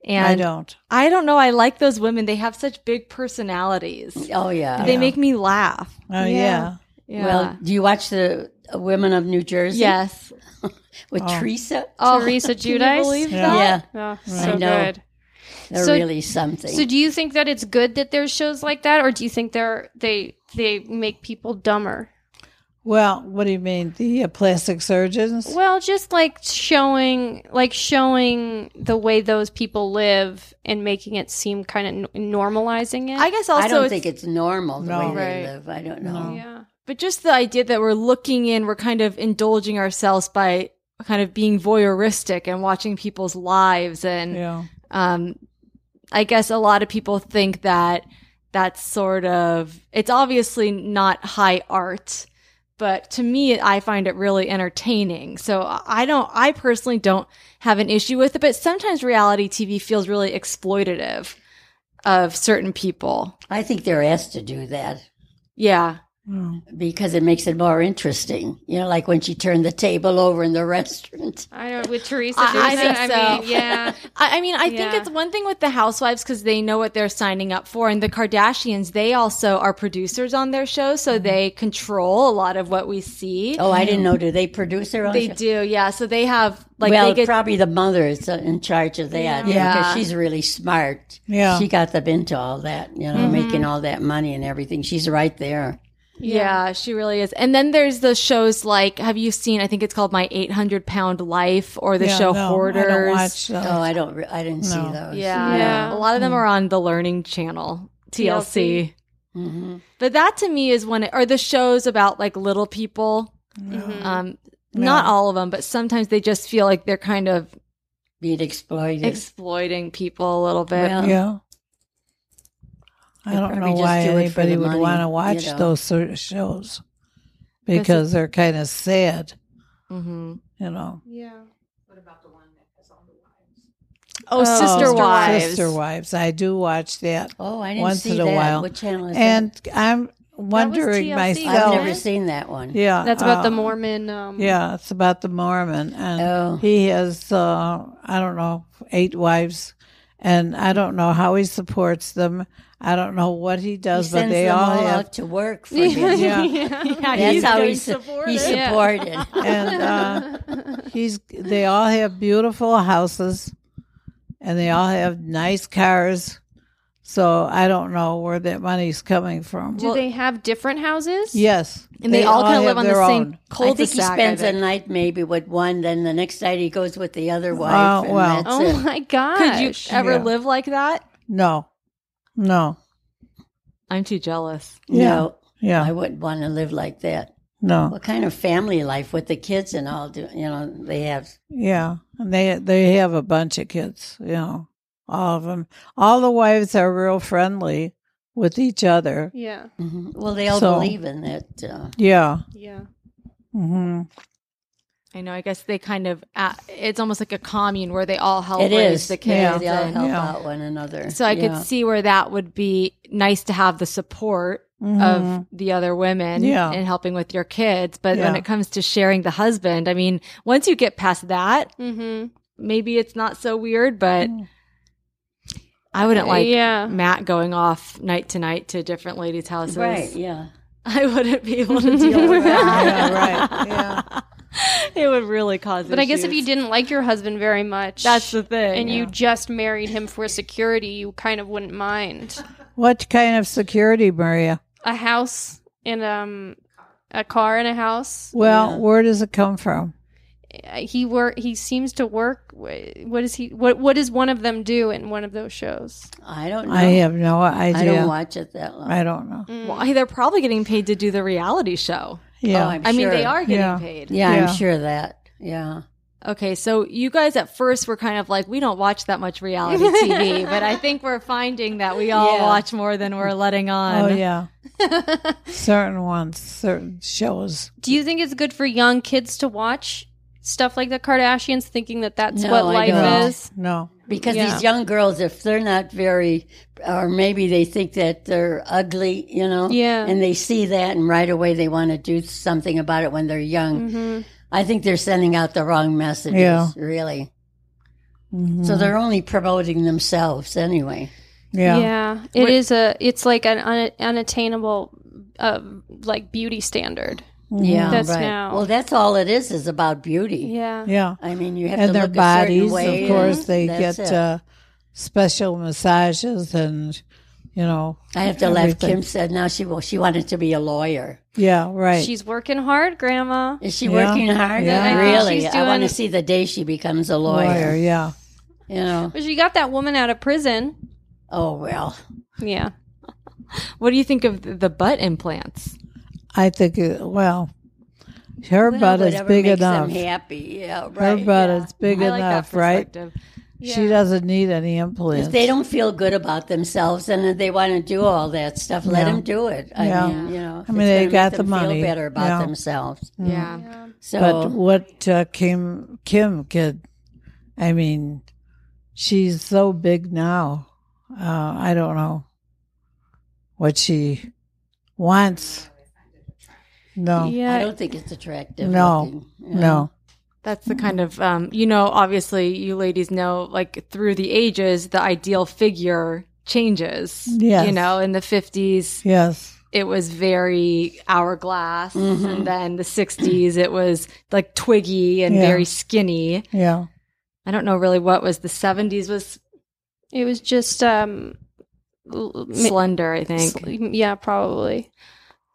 S2: And
S5: I don't.
S2: I don't know. I like those women. They have such big personalities.
S4: Oh yeah.
S2: They make me laugh.
S5: Oh yeah.
S2: Yeah.
S4: Well, do you watch the uh, women of New Jersey?
S2: yes.
S4: with
S5: Oh.
S4: Teresa.
S2: Oh,
S3: Oh, Teresa
S2: can you
S3: Giudice?
S2: believe
S5: Yeah.
S2: that?
S4: yeah,
S3: Oh,
S4: I
S3: so
S4: know.
S3: good.
S4: they're
S3: So-
S4: really something.
S3: So do you think that it's good that there's shows like that or do you think they're they they make people dumber?
S5: Well, what do you mean the uh, plastic surgeons?
S3: Well, just like showing like showing the way those people live and making it seem kind of n- normalizing it.
S2: I guess also
S4: I don't
S2: it's,
S4: think it's normal the
S5: No.
S4: way they
S2: Right.
S4: live. I don't know.
S3: yeah.
S2: but just the idea that we're looking in, we're kind of indulging ourselves by kind of being voyeuristic and watching people's lives and
S5: yeah.
S2: um, I guess a lot of people think that that's sort of it's obviously not high art, but to me, I find it really entertaining. So I don't, I personally don't have an issue with it, but sometimes reality TV feels really exploitative of certain people.
S4: I think they're asked to do that.
S2: Yeah.
S4: because it makes it more interesting. You know, like when she turned the table over in the restaurant.
S3: I don't with Teresa
S2: I- I
S3: I,
S2: think
S3: I
S2: so.
S3: mean, yeah.
S2: I, I mean, I think
S3: Yeah.
S2: it's one thing with the housewives because they know what they're signing up for, and the Kardashians they also are producers on their show, so they control a lot of what we see.
S4: Oh, I didn't know. Do they produce their own?
S2: They
S4: show?
S2: do, yeah. So they have like
S4: well,
S2: they get
S4: probably the mother is uh, in charge of that.
S2: Yeah.
S4: because she's really smart.
S5: Yeah.
S4: she got them into all that. You know, making all that money and everything. She's right there.
S2: yeah. she really is. And then there's the shows like have you seen? I think it's called My 800 Pound Life or the
S5: Yeah,
S2: show
S5: no,
S2: Hoarders.
S5: I don't watch uh, Hmm. those.
S4: Oh, I don't. Re- I didn't see
S5: No.
S4: those.
S2: Yeah.
S3: Yeah.
S2: a lot of them are on the Learning Channel TLC.
S4: Mhm.
S2: But that to me is one or the shows about like little people.
S4: Mm-hmm.
S2: Um, not all of them, but sometimes they just feel like they're kind of
S4: being exploited.
S2: exploiting people a little bit.
S4: Well,
S5: Yeah. I
S4: They
S5: don't
S4: probably
S5: know
S4: just
S5: why
S4: do it for
S5: anybody
S4: the
S5: would
S4: money,
S5: want to
S4: you
S5: watch
S4: know.
S5: those sort of shows because they're kind of sad,
S4: Mm-hmm.
S2: hmm
S5: you know.
S3: Yeah.
S2: Oh, sister wives.
S5: Sister Wives. I do watch that
S4: oh, I didn't
S5: once
S4: see
S5: in a
S4: that.
S5: while.
S4: What channel is
S5: and I'm wondering
S3: TLC,
S4: that? I've
S5: myself.
S4: never seen that one.
S5: yeah.
S3: That's about the
S5: uh,
S3: Mormon um
S5: Yeah, it's about the Mormon, and
S4: Oh.
S5: he has uh, I don't know eight wives, and I don't know how he supports them. I don't know what he
S4: He
S5: does, but
S4: sends
S5: they
S4: them
S5: all,
S4: all
S5: have.
S4: out to work for him. That's how he's he's supported.
S5: and uh, he's they all have beautiful houses, and they all have nice cars. So I don't know where that money's coming from.
S3: Do they have different houses?
S5: Yes.
S3: And they, all kind of
S5: have
S3: live on the
S5: their
S3: same
S5: own.
S4: I think
S3: cul-de-sac.
S4: he spends
S3: I
S4: a
S3: think.
S4: night maybe with one, then the next night he goes with the other wife.
S5: Oh,
S4: and
S5: well.
S4: that's
S3: Oh
S4: it.
S3: my gosh!
S2: Could you ever
S5: Yeah.
S2: live like that?
S5: No. No.
S7: I'm too jealous.
S4: No,
S5: Oh, Yeah. Oh.
S4: I wouldn't want to live like that.
S5: no.
S4: What kind of family life with the kids and all? Do you know they have?
S5: Yeah. And they they have a bunch of kids, you know. All of them. All the wives are real friendly with each other.
S3: Yeah,
S4: Mhm. Well, they all
S5: So-
S4: believe in that. Uh,
S5: Yeah.
S3: yeah.
S5: hmm
S2: I know. I guess they kind of. Uh, it's almost like a commune where they all help
S4: it
S2: raise
S4: is
S2: the kids.
S4: They all
S2: and-
S4: help
S5: Yeah.
S4: out one another.
S2: So I
S4: Yeah.
S2: could see where that would be nice to have the support
S5: Mhm.
S2: of the other women
S5: Yeah.
S2: and helping with your kids. But when
S5: Yeah.
S2: it comes to sharing the husband, I mean, once you get past that,
S3: Mm-hmm.
S2: maybe it's not so weird, but I wouldn't like
S3: Yeah.
S2: Matt going off night to night to different ladies' houses.
S4: Right. Yeah.
S2: I wouldn't be able to deal with
S5: Yeah,
S2: that.
S5: right. Yeah.
S2: It would really cause
S3: But I guess if you
S2: issues.
S3: didn't like your husband very much,
S2: That's the thing.
S3: and you just married him for security, you kind of wouldn't mind
S5: What kind of security, Maria?
S3: a house and um a car and a house.
S5: Well, where does it come from?
S3: Uh, He work. He seems to work. wh- What is he? What What does one of them do in one of those shows?
S4: I don't know.
S5: I have no idea.
S4: Oh, I don't Mm, oh, watch it that long.
S5: I don't know.
S2: Why they're probably getting paid to do the reality show.
S5: Yeah.
S4: Oh, I'm
S2: I mean,
S4: sure.
S2: they are getting
S5: Yeah.
S2: paid.
S4: Yeah,
S5: Yeah.
S4: I'm sure of that. Yeah.
S2: Okay, so you guys at first were kind of like, we don't watch that much reality TV, but I think we're finding that we all
S4: Yeah.
S2: watch more than we're letting on.
S5: oh yeah. certain ones, certain shows.
S3: Do you think it's good for young kids to watch stuff like the Kardashians, thinking that that's
S4: No,
S3: what
S4: I
S3: life
S4: don't.
S3: is?
S5: No.
S4: Because
S3: Yeah.
S4: these young girls, if they're not very, or maybe they think that they're ugly, you know,
S3: Yeah.
S4: and they see that, and right away they want to do something about it when they're young.
S3: Mm-hmm.
S4: I think they're sending out the wrong messages,
S5: Yeah. Mm-hmm.
S4: really. So they're only promoting themselves anyway.
S5: Yeah.
S3: Yeah, it is a. It's like an un, unattainable, uh, like beauty standard.
S5: Mm-hmm.
S4: Yeah,
S3: That's
S4: right.
S3: now.
S4: Well, that's all it is is about beauty.
S3: Yeah,
S5: Yeah.
S4: I mean, you have
S5: And
S4: to
S5: their
S4: look a certain
S5: bodies,
S4: way,
S5: of
S4: and
S5: course, they
S4: that's
S5: get
S4: it.
S5: uh, special massages and you know.
S4: I have to laugh.
S5: everything.
S4: Kim said now she will. She wanted to be a lawyer.
S5: Yeah. Right.
S3: she's working hard, Grandma.
S4: Is she
S5: Yeah.
S4: working hard?
S5: Yeah. I think
S4: Really?
S3: she's
S4: I want
S3: doing-
S4: to see the day she becomes a lawyer.
S5: lawyer. Yeah.
S4: You know?
S3: But she got that woman out of prison.
S4: Oh, well.
S3: Yeah,
S2: What do you think of th- the butt implants?
S5: I think. It, well, her
S4: Well,
S5: butt is
S4: whatever
S5: big
S4: makes
S5: enough.
S4: Them happy. Yeah,
S5: Her
S4: right.
S5: butt is big
S2: I like
S5: enough,
S2: that
S5: right?
S2: perspective.
S5: She doesn't need any implants.
S4: If they don't feel good about themselves and they want to do all that stuff, let them do it. I
S5: Yeah.
S4: mean, you know,
S5: I mean,
S4: it's
S5: they
S4: gonna
S5: got
S4: make
S5: the
S4: them
S5: money.
S4: Feel better about
S5: Yeah.
S4: themselves.
S5: Mm.
S2: Yeah.
S4: So,
S5: But what uh, Kim Kim could, I mean, she's so big now. Uh, I don't know what she wants. No,
S4: I
S3: yeah.
S4: don't think it's attractive.
S5: no,
S4: looking, you know.
S5: no.
S2: That's the kind of, um, you know, obviously you ladies know, like through the ages, the ideal figure changes.
S5: Yes.
S2: You know, in the 50s,
S5: Yes,
S2: it was very hourglass.
S3: Mm-hmm.
S2: And then the 60s, it was like twiggy and
S5: Yeah.
S2: very skinny.
S5: yeah,
S2: I don't know really what was the 70s was
S3: It was just um, l- ma-
S2: slender, I think.
S3: sl- yeah, probably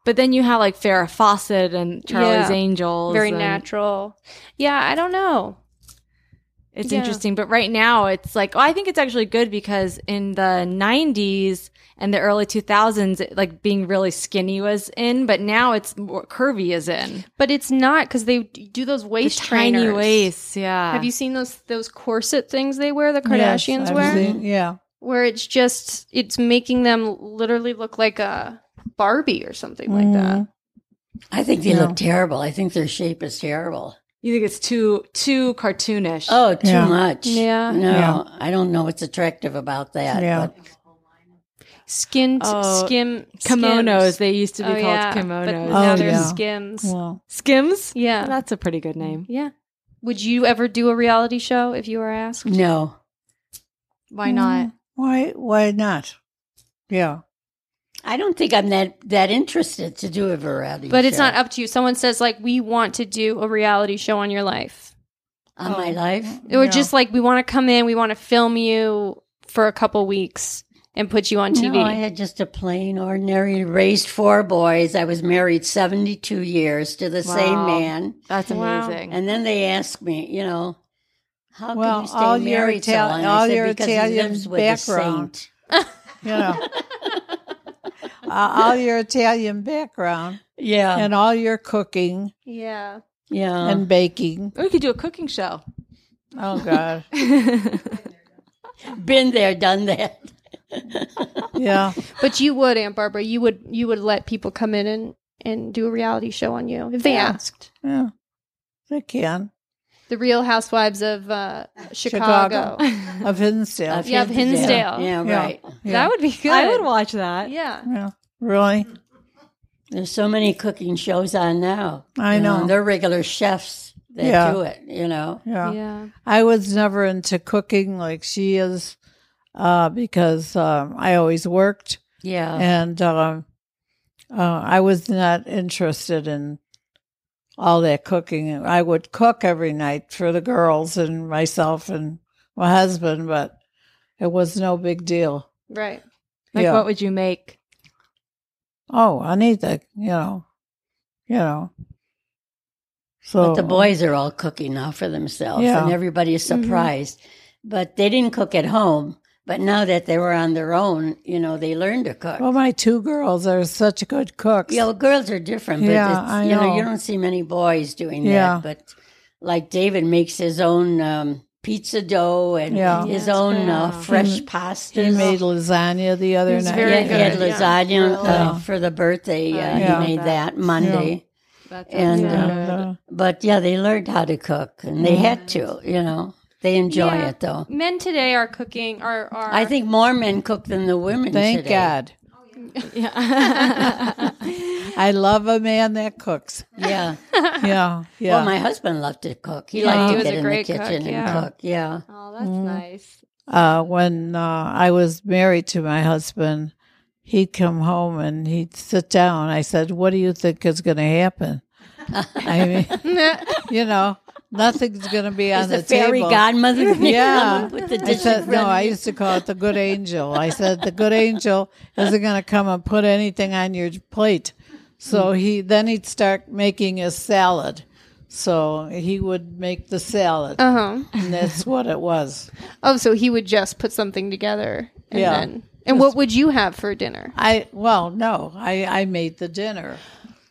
S2: But then you have like Farrah Fawcett and Charlie's
S3: Yeah.
S2: Angels.
S3: very
S2: and
S3: natural. Yeah, I don't know.
S2: It's
S3: Yeah.
S2: interesting. But right now it's like, oh, I think it's actually good because in the 90s and the early 2000s, it- like being really skinny was in, but now it's more curvy is in.
S3: But it's not because they d- do those
S2: The
S3: waist
S2: tiny
S3: trainers.
S2: waist. Yeah.
S3: Have you seen those those corset things they wear? The
S5: Yes,
S3: Kardashians
S5: I've
S3: wear,
S5: seen- yeah,
S3: where it's just it's making them literally look like a Barbie or something like
S2: Mm.
S3: that.
S4: I think they look terrible. I think their shape is terrible.
S2: You think it's too, too cartoonish.
S4: Oh, too
S5: Yeah.
S4: much.
S3: Yeah.
S4: No,
S5: Yeah.
S4: I don't know what's attractive about that.
S5: Yeah.
S4: But
S3: Skin, t-
S2: Oh,
S3: skim
S2: Kimonos.
S3: skims.
S2: They used to be
S3: Oh,
S2: called
S3: yeah, But
S2: kimonos.
S3: now
S5: Oh,
S3: they're
S5: yeah.
S3: skims.
S5: well,
S2: Skims?
S3: Yeah.
S2: That's a pretty good name.
S3: yeah. Would you ever do a reality show if you were asked?
S4: no.
S2: Why not?
S5: why why not? Yeah,
S4: I don't think I'm that that interested to do a variety.
S3: But it's
S4: show
S3: not up to you. Someone says like we want to do a reality show on your life.
S4: on my life.
S3: Or
S5: Yeah.
S3: just like we want to come in, we want to film you for a couple weeks and put you on TV.
S4: No, I had just a plain, ordinary, raised four boys. I was married 72 years to the same
S7: Wow.
S4: man.
S7: That's
S4: Wow.
S7: amazing.
S4: And then they asked me, you know, how
S5: Well,
S4: can you stay
S5: all your
S4: married so
S5: Ital-
S4: long? I
S5: all
S4: said,
S5: your
S4: because he
S5: Italian
S4: lives with
S5: background.
S4: a saint.
S5: you know, uh, all your Italian background.
S4: Yeah.
S5: And all your cooking
S3: Yeah.
S4: Yeah.
S5: and baking.
S2: Or we could do a cooking show.
S5: Oh, God.
S4: Been there, done that.
S5: yeah.
S3: But you would, Aunt Barbara, you would you would let people come in and and do a reality show on you if they
S5: Yeah.
S3: asked.
S5: Yeah. They can.
S3: The Real Housewives of uh, Chicago.
S5: Of Hinsdale.
S3: Of Yeah, of Hinsdale. Hinsdale.
S4: Yeah, right.
S5: Yeah.
S3: That would be good.
S2: I would watch that.
S3: Yeah.
S5: Yeah. Really?
S4: There's so many cooking shows on now.
S5: I
S4: You
S5: know.
S4: They're regular chefs that
S5: Yeah.
S4: do it, you know.
S5: Yeah.
S3: Yeah.
S5: I was never into cooking like she is uh, because um, I always worked.
S4: Yeah.
S5: And um, uh, I was not interested in all that cooking. I would cook every night for the girls and myself and my husband, but it was no big deal.
S3: Right.
S2: Like,
S5: Yeah.
S2: what would you make?
S5: Oh, I need to, you know, you know. So
S4: but the boys are all cooking now for themselves,
S5: Oh. Yeah. Mm-hmm.
S4: and everybody is surprised. But they didn't cook at home. But now that they were on their own, you know, they learned to cook.
S5: Well, my two girls are such good cooks.
S4: you know, girls are different, but
S5: Yeah,
S4: it's,
S5: I
S4: you know.
S5: know.
S4: you don't see many boys doing
S5: Yeah.
S4: that. But like David makes his own um, pizza dough and
S5: Yeah.
S4: his own uh, fresh
S5: He-
S4: pastas.
S5: He made lasagna the other
S3: He's
S5: night.
S3: very
S4: yeah, he had
S3: good, yeah.
S4: lasagna uh,
S5: Really.
S4: for the birthday. Uh,
S5: yeah.
S4: He made that Monday. And,
S5: And,
S4: uh,
S5: uh,
S4: But yeah, they learned how to cook and they had to, you know. They enjoy
S3: Yeah.
S4: it though.
S3: Men today are cooking are, are
S4: I think more men cook than the women
S5: thank
S4: today.
S5: God. I love a man that cooks.
S4: Yeah.
S5: Yeah. Yeah.
S4: Well, my husband loved to cook. He
S3: Yeah,
S4: liked
S3: he
S4: to
S3: was
S4: get
S3: a
S4: in the
S3: great
S4: kitchen
S3: cook,
S4: and
S3: yeah.
S4: cook. Yeah.
S3: Oh, that's nice.
S5: uh, when uh, I was married to my husband, he'd come home and he'd sit down. I said, "What do you think is going to happen?" I mean, you know, nothing's going to be on
S4: Is
S5: the,
S4: the fairy
S5: table.
S4: godmother gonna come
S5: yeah.
S4: up with the
S5: I
S4: dishes
S5: said, no,
S4: ready?
S5: I used to call it the good angel. I said the good angel isn't going to come and put anything on your plate. So he then he'd start making his salad. So he would make the salad,
S3: Uh huh.
S5: and that's what it was.
S3: Oh, so he would just put something together. And
S5: Yeah.
S3: Then, and what would you have for dinner?
S5: I well, no, I I made the dinner.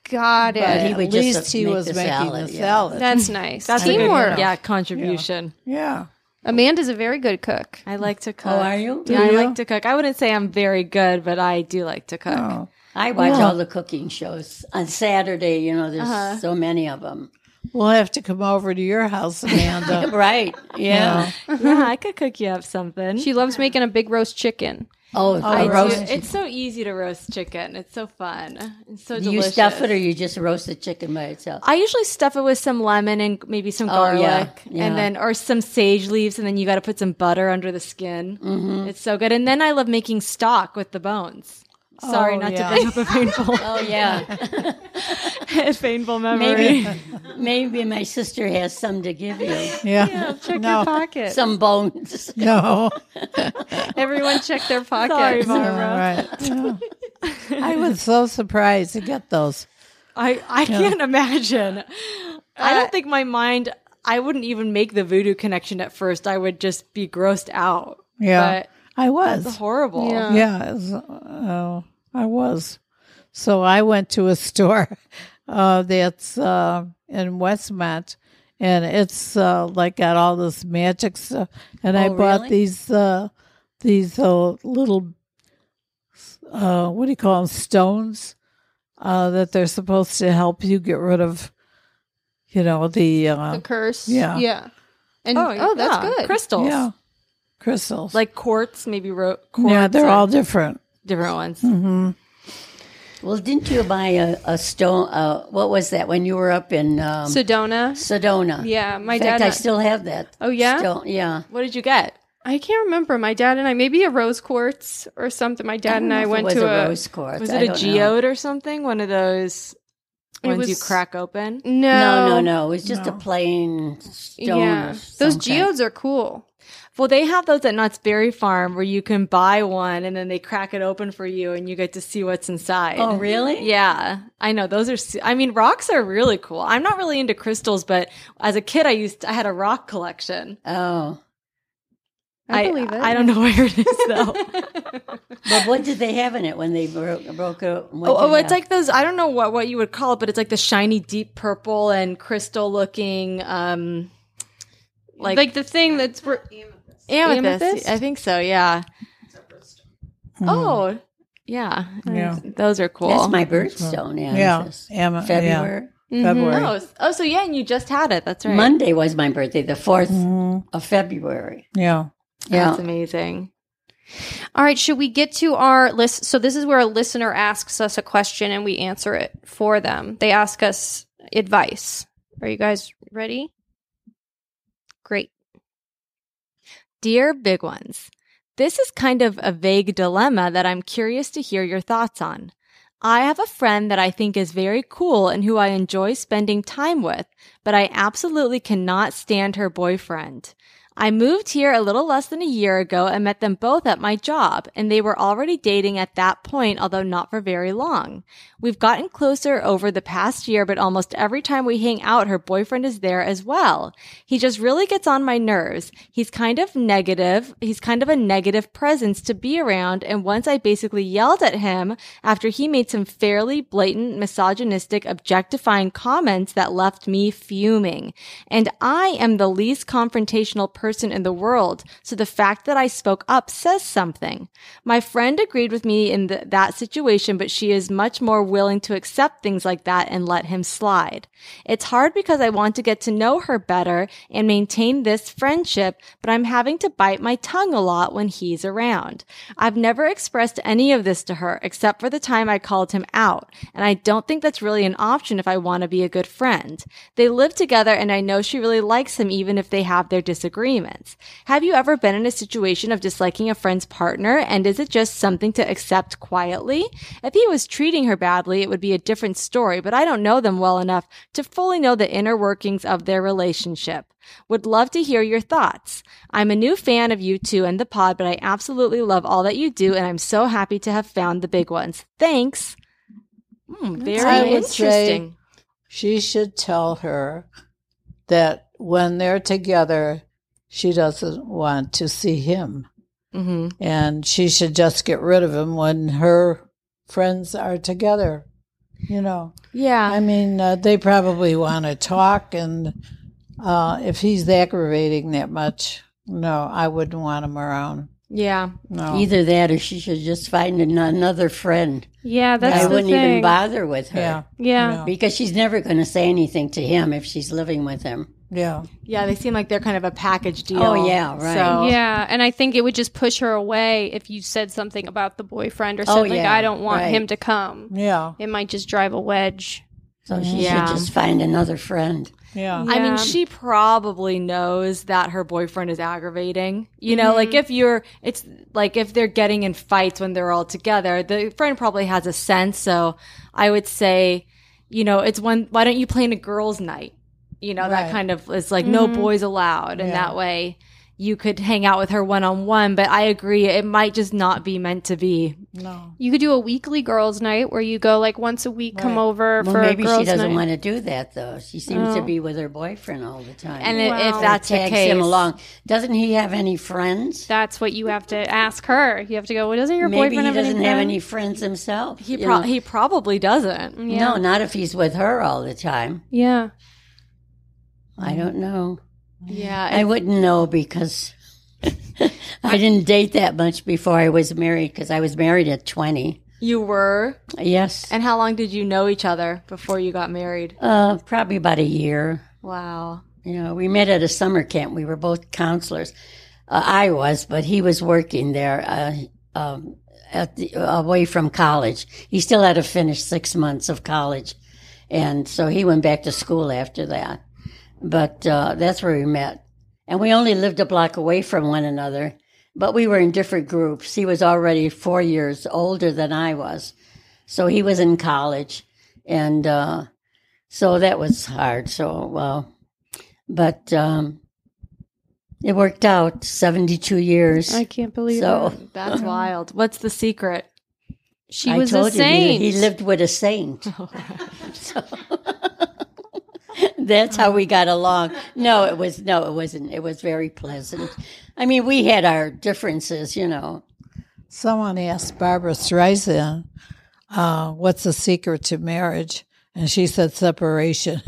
S3: Got it.
S4: But he
S5: At
S4: would just
S5: least he
S4: make
S5: was
S4: the
S5: making
S4: salad,
S5: the
S4: yeah.
S5: salad.
S3: That's nice.
S7: That's a
S3: Teamwork.
S7: good, yeah, contribution.
S5: yeah,
S3: Amanda's a very good cook.
S7: I like to cook.
S4: Oh, are you?
S7: Yeah,
S5: Do
S7: I
S5: you?
S7: like to cook. I wouldn't say I'm very good, but I do like to cook.
S5: Oh.
S4: I watch all the cooking shows on Saturday. You know, there's so many of them.
S5: we'll have to come over to your house, Amanda.
S4: Right? Yeah.
S7: Yeah, I could cook you up something.
S3: She loves making a big roast chicken.
S4: Oh, the
S7: I do.
S4: roast.
S7: It's so easy to roast chicken. It's so fun. It's so
S4: Do
S7: delicious.
S4: you stuff it or you just roast the chicken by itself?
S7: I usually stuff it with some lemon and maybe some
S4: Oh,
S7: garlic,
S4: yeah, yeah.
S7: and then or some sage leaves, and then you got to put some butter under the skin. It's so good. And then I love making stock with the bones. Sorry,
S5: Oh,
S7: not
S5: yeah.
S7: to bring up a painful,
S4: oh yeah.
S7: a painful memory.
S4: Maybe, maybe my sister has some to give you.
S5: yeah,
S7: Check
S5: no,
S7: your pocket.
S4: Some bones.
S5: no.
S3: Everyone check their
S7: Sorry,
S5: All
S3: pockets.
S7: Barbara.
S5: right. Yeah. I was so surprised to get those.
S7: I, I can't imagine. I don't think my mind. I wouldn't even make the voodoo connection at first. I would just be grossed out.
S5: Yeah,
S7: But
S5: I was.
S7: it's horrible.
S3: Yeah.
S5: Yeah, it was, uh, I was. So I went to a store uh, that's uh, in Westmont, and it's uh, like got all this magic stuff. And I
S4: Oh,
S5: bought
S4: really?
S5: these uh, these uh, little uh, what do you call them stones uh, that they're supposed to help you get rid of, you know the, uh,
S3: The curse.
S5: Yeah.
S3: Yeah. And oh, that's
S7: yeah.
S3: good.
S7: Crystals.
S5: yeah crystals.
S7: Like quartz, maybe ro- quartz.
S5: yeah, they're
S7: or
S5: all different.
S7: different ones.
S4: Well, didn't you buy a, a stone? Uh, what was that when you were up in um,
S3: Sedona.
S4: Sedona?
S3: Yeah, my
S4: In fact,
S3: dad-
S4: I still have that.
S3: Oh, yeah?
S4: Stone- yeah.
S7: What did you get?
S3: I can't remember. My dad and I, maybe a rose quartz or something. My dad
S4: don't
S3: and
S4: know
S3: I
S4: if
S3: went
S4: it was
S3: to
S4: a,
S3: a.
S4: rose quartz.
S7: Was
S4: I
S7: it a
S4: don't know.
S7: geode or something? One of those
S3: It
S7: ones
S3: was-
S7: you crack open.
S3: No.
S4: No, no, no. It was just a plain stone.
S3: Yeah.
S4: of some
S3: Those
S4: kind.
S3: geodes are cool.
S2: Well, they have those at Knott's Berry Farm where you can buy one and then they crack it open for you and you get to see what's inside.
S4: Oh, really?
S2: Yeah. I know those are se- I mean, rocks are really cool. I'm not really into crystals, but as a kid I used I had a rock collection.
S4: Oh.
S2: I, believe it. I don't know where it is though.
S4: But what did they have in it when they broke, broke it?
S2: Oh, oh, it's like those. I don't know what what you would call it, but it's like the shiny, deep purple and crystal looking. um
S3: Like,
S2: Like,
S3: the thing that's re-
S2: amethyst.
S3: amethyst?
S2: I think so. Yeah. Oh, yeah. I
S5: Yeah.
S2: think Those are cool.
S4: That's my birthstone. Yeah.
S5: Yeah.
S4: It's
S5: Am- yeah.
S4: February.
S2: Mhm.
S5: February.
S2: Oh, s- oh, so yeah, and you just had it. That's right.
S4: Monday was my birthday, the 4th
S3: Mm-hmm.
S4: of February.
S5: Yeah.
S4: Yeah.
S2: That's amazing.
S3: All right, should we get to our list? So this is where a listener asks us a question and we answer it for them. They ask us advice. Are you guys ready? Great.
S2: Dear Big Ones, this is kind of a vague dilemma that I'm curious to hear your thoughts on. I have a friend that I think is very cool and who I enjoy spending time with, but I absolutely cannot stand her boyfriend. I moved here a little less than a year ago and met them both at my job, and they were already dating at that point, although not for very long. We've gotten closer over the past year, but almost every time we hang out, her boyfriend is there as well. He just really gets on my nerves. He's kind of negative. He's kind of a negative presence to be around, and once I basically yelled at him after he made some fairly blatant misogynistic, objectifying comments that left me fuming. And I am the least confrontational person in the world, so the fact that I spoke up says something. My friend agreed with me in th- that situation, but she is much more willing to accept things like that and let him slide. It's hard because I want to get to know her better and maintain this friendship, but I'm having to bite my tongue a lot when he's around. I've never expressed any of this to her except for the time I called him out, and I don't think that's really an option if I want to be a good friend. They live together and I know she really likes him even if they have their disagreements. Have you ever been in a situation of disliking a friend's partner and is it just something to accept quietly? If he was treating her badly, it would be a different story, but I don't know them well enough to fully know the inner workings of their relationship. Would love to hear your thoughts. I'm a new fan of you two and the pod, but I absolutely love all that you do and I'm so happy to have found the big ones. Thanks. Hmm,
S5: I
S2: very
S5: would say
S2: interesting.
S5: she should tell her that when they're together, she doesn't want to see him.
S2: mm-hmm.
S5: And she should just get rid of him when her friends are together. You know,
S2: Yeah.
S5: I mean, uh, they probably want to talk. And uh, if he's aggravating that much, no, I wouldn't want him around.
S2: Yeah.
S3: Oh.
S5: No.
S4: Either that or she should just find an, another friend.
S3: Yeah, that's
S4: I
S3: the
S4: wouldn't even
S3: thing.
S4: bother with her.
S5: Yeah.
S3: Yeah.
S5: No.
S4: Because she's never going to say anything to him if she's living with him.
S5: Yeah.
S2: Yeah, they seem like they're kind of a package deal.
S4: Oh, yeah, right.
S2: So,
S3: Yeah, and I think it would just push her away if you said something about the boyfriend or
S4: Oh,
S3: said like
S4: yeah,
S3: I don't want
S4: right.
S3: him to come.
S5: Yeah.
S3: It might just drive a wedge.
S4: So she
S2: Yeah.
S4: should just find another friend.
S5: Yeah.
S2: I
S3: Yeah.
S2: mean, she probably knows that her boyfriend is aggravating. You know,
S3: Mm-hmm.
S2: like if you're, it's like if they're getting in fights when they're all together, the friend probably has a sense. So I would say, you know, it's one, why don't you plan a girls' night? You know,
S5: Right.
S2: that kind of is like
S3: Mm-hmm.
S2: no boys allowed. And
S5: Yeah.
S2: that way you could hang out with her one on one. But I agree, it might just not be meant to be.
S5: No.
S3: You could do a weekly girls' night where you go like once a week, come
S5: Right.
S3: over
S4: Well,
S3: for
S4: maybe
S3: a girls'
S4: she doesn't
S3: night.
S4: want to do that, though. She seems to
S3: Oh.
S4: be with her boyfriend all the time.
S2: And i-
S3: Wow.
S2: if that's the
S4: tags
S2: case,
S4: him along. Doesn't he have any friends?
S3: That's what you have to ask her. You have to go. Well, doesn't your
S4: Maybe he
S3: boyfriend
S4: doesn't
S3: any
S4: have
S3: friends?"
S4: any friends himself.
S2: He,
S4: you
S2: pro-
S4: know.
S2: he probably doesn't.
S4: No, not if he's with her all the time.
S3: Yeah. Mm.
S4: I don't know.
S2: Yeah.
S4: I wouldn't know because I didn't date that much before I was married because I was married at 20.
S2: You were.
S4: Yes.
S2: And how long did you know each other before you got married?
S4: Uh, probably about a year.
S2: Wow.
S4: You know, we met at a summer camp. We were both counselors. Uh, I was, but he was working there uh, um, at the, away from college. He still had to finish six months of college, and so he went back to school after that. But uh, that's where we met, and we only lived a block away from one another. But we were in different groups. He was already four years older than I was, so he was in college, and uh, so that was hard. So well, but um, It worked out 72 years.
S3: I can't believe
S4: so.
S3: it.
S7: That's wild. What's the secret?
S3: She
S4: I
S3: was a
S4: told you, he-
S3: saint.
S4: he, lived with a saint. So- that's how we got along. No, it was no, it wasn't. It was very pleasant. I mean, we had our differences, you know.
S5: Someone asked Barbara Streisand, uh, "What's the secret to marriage?" And she said separation.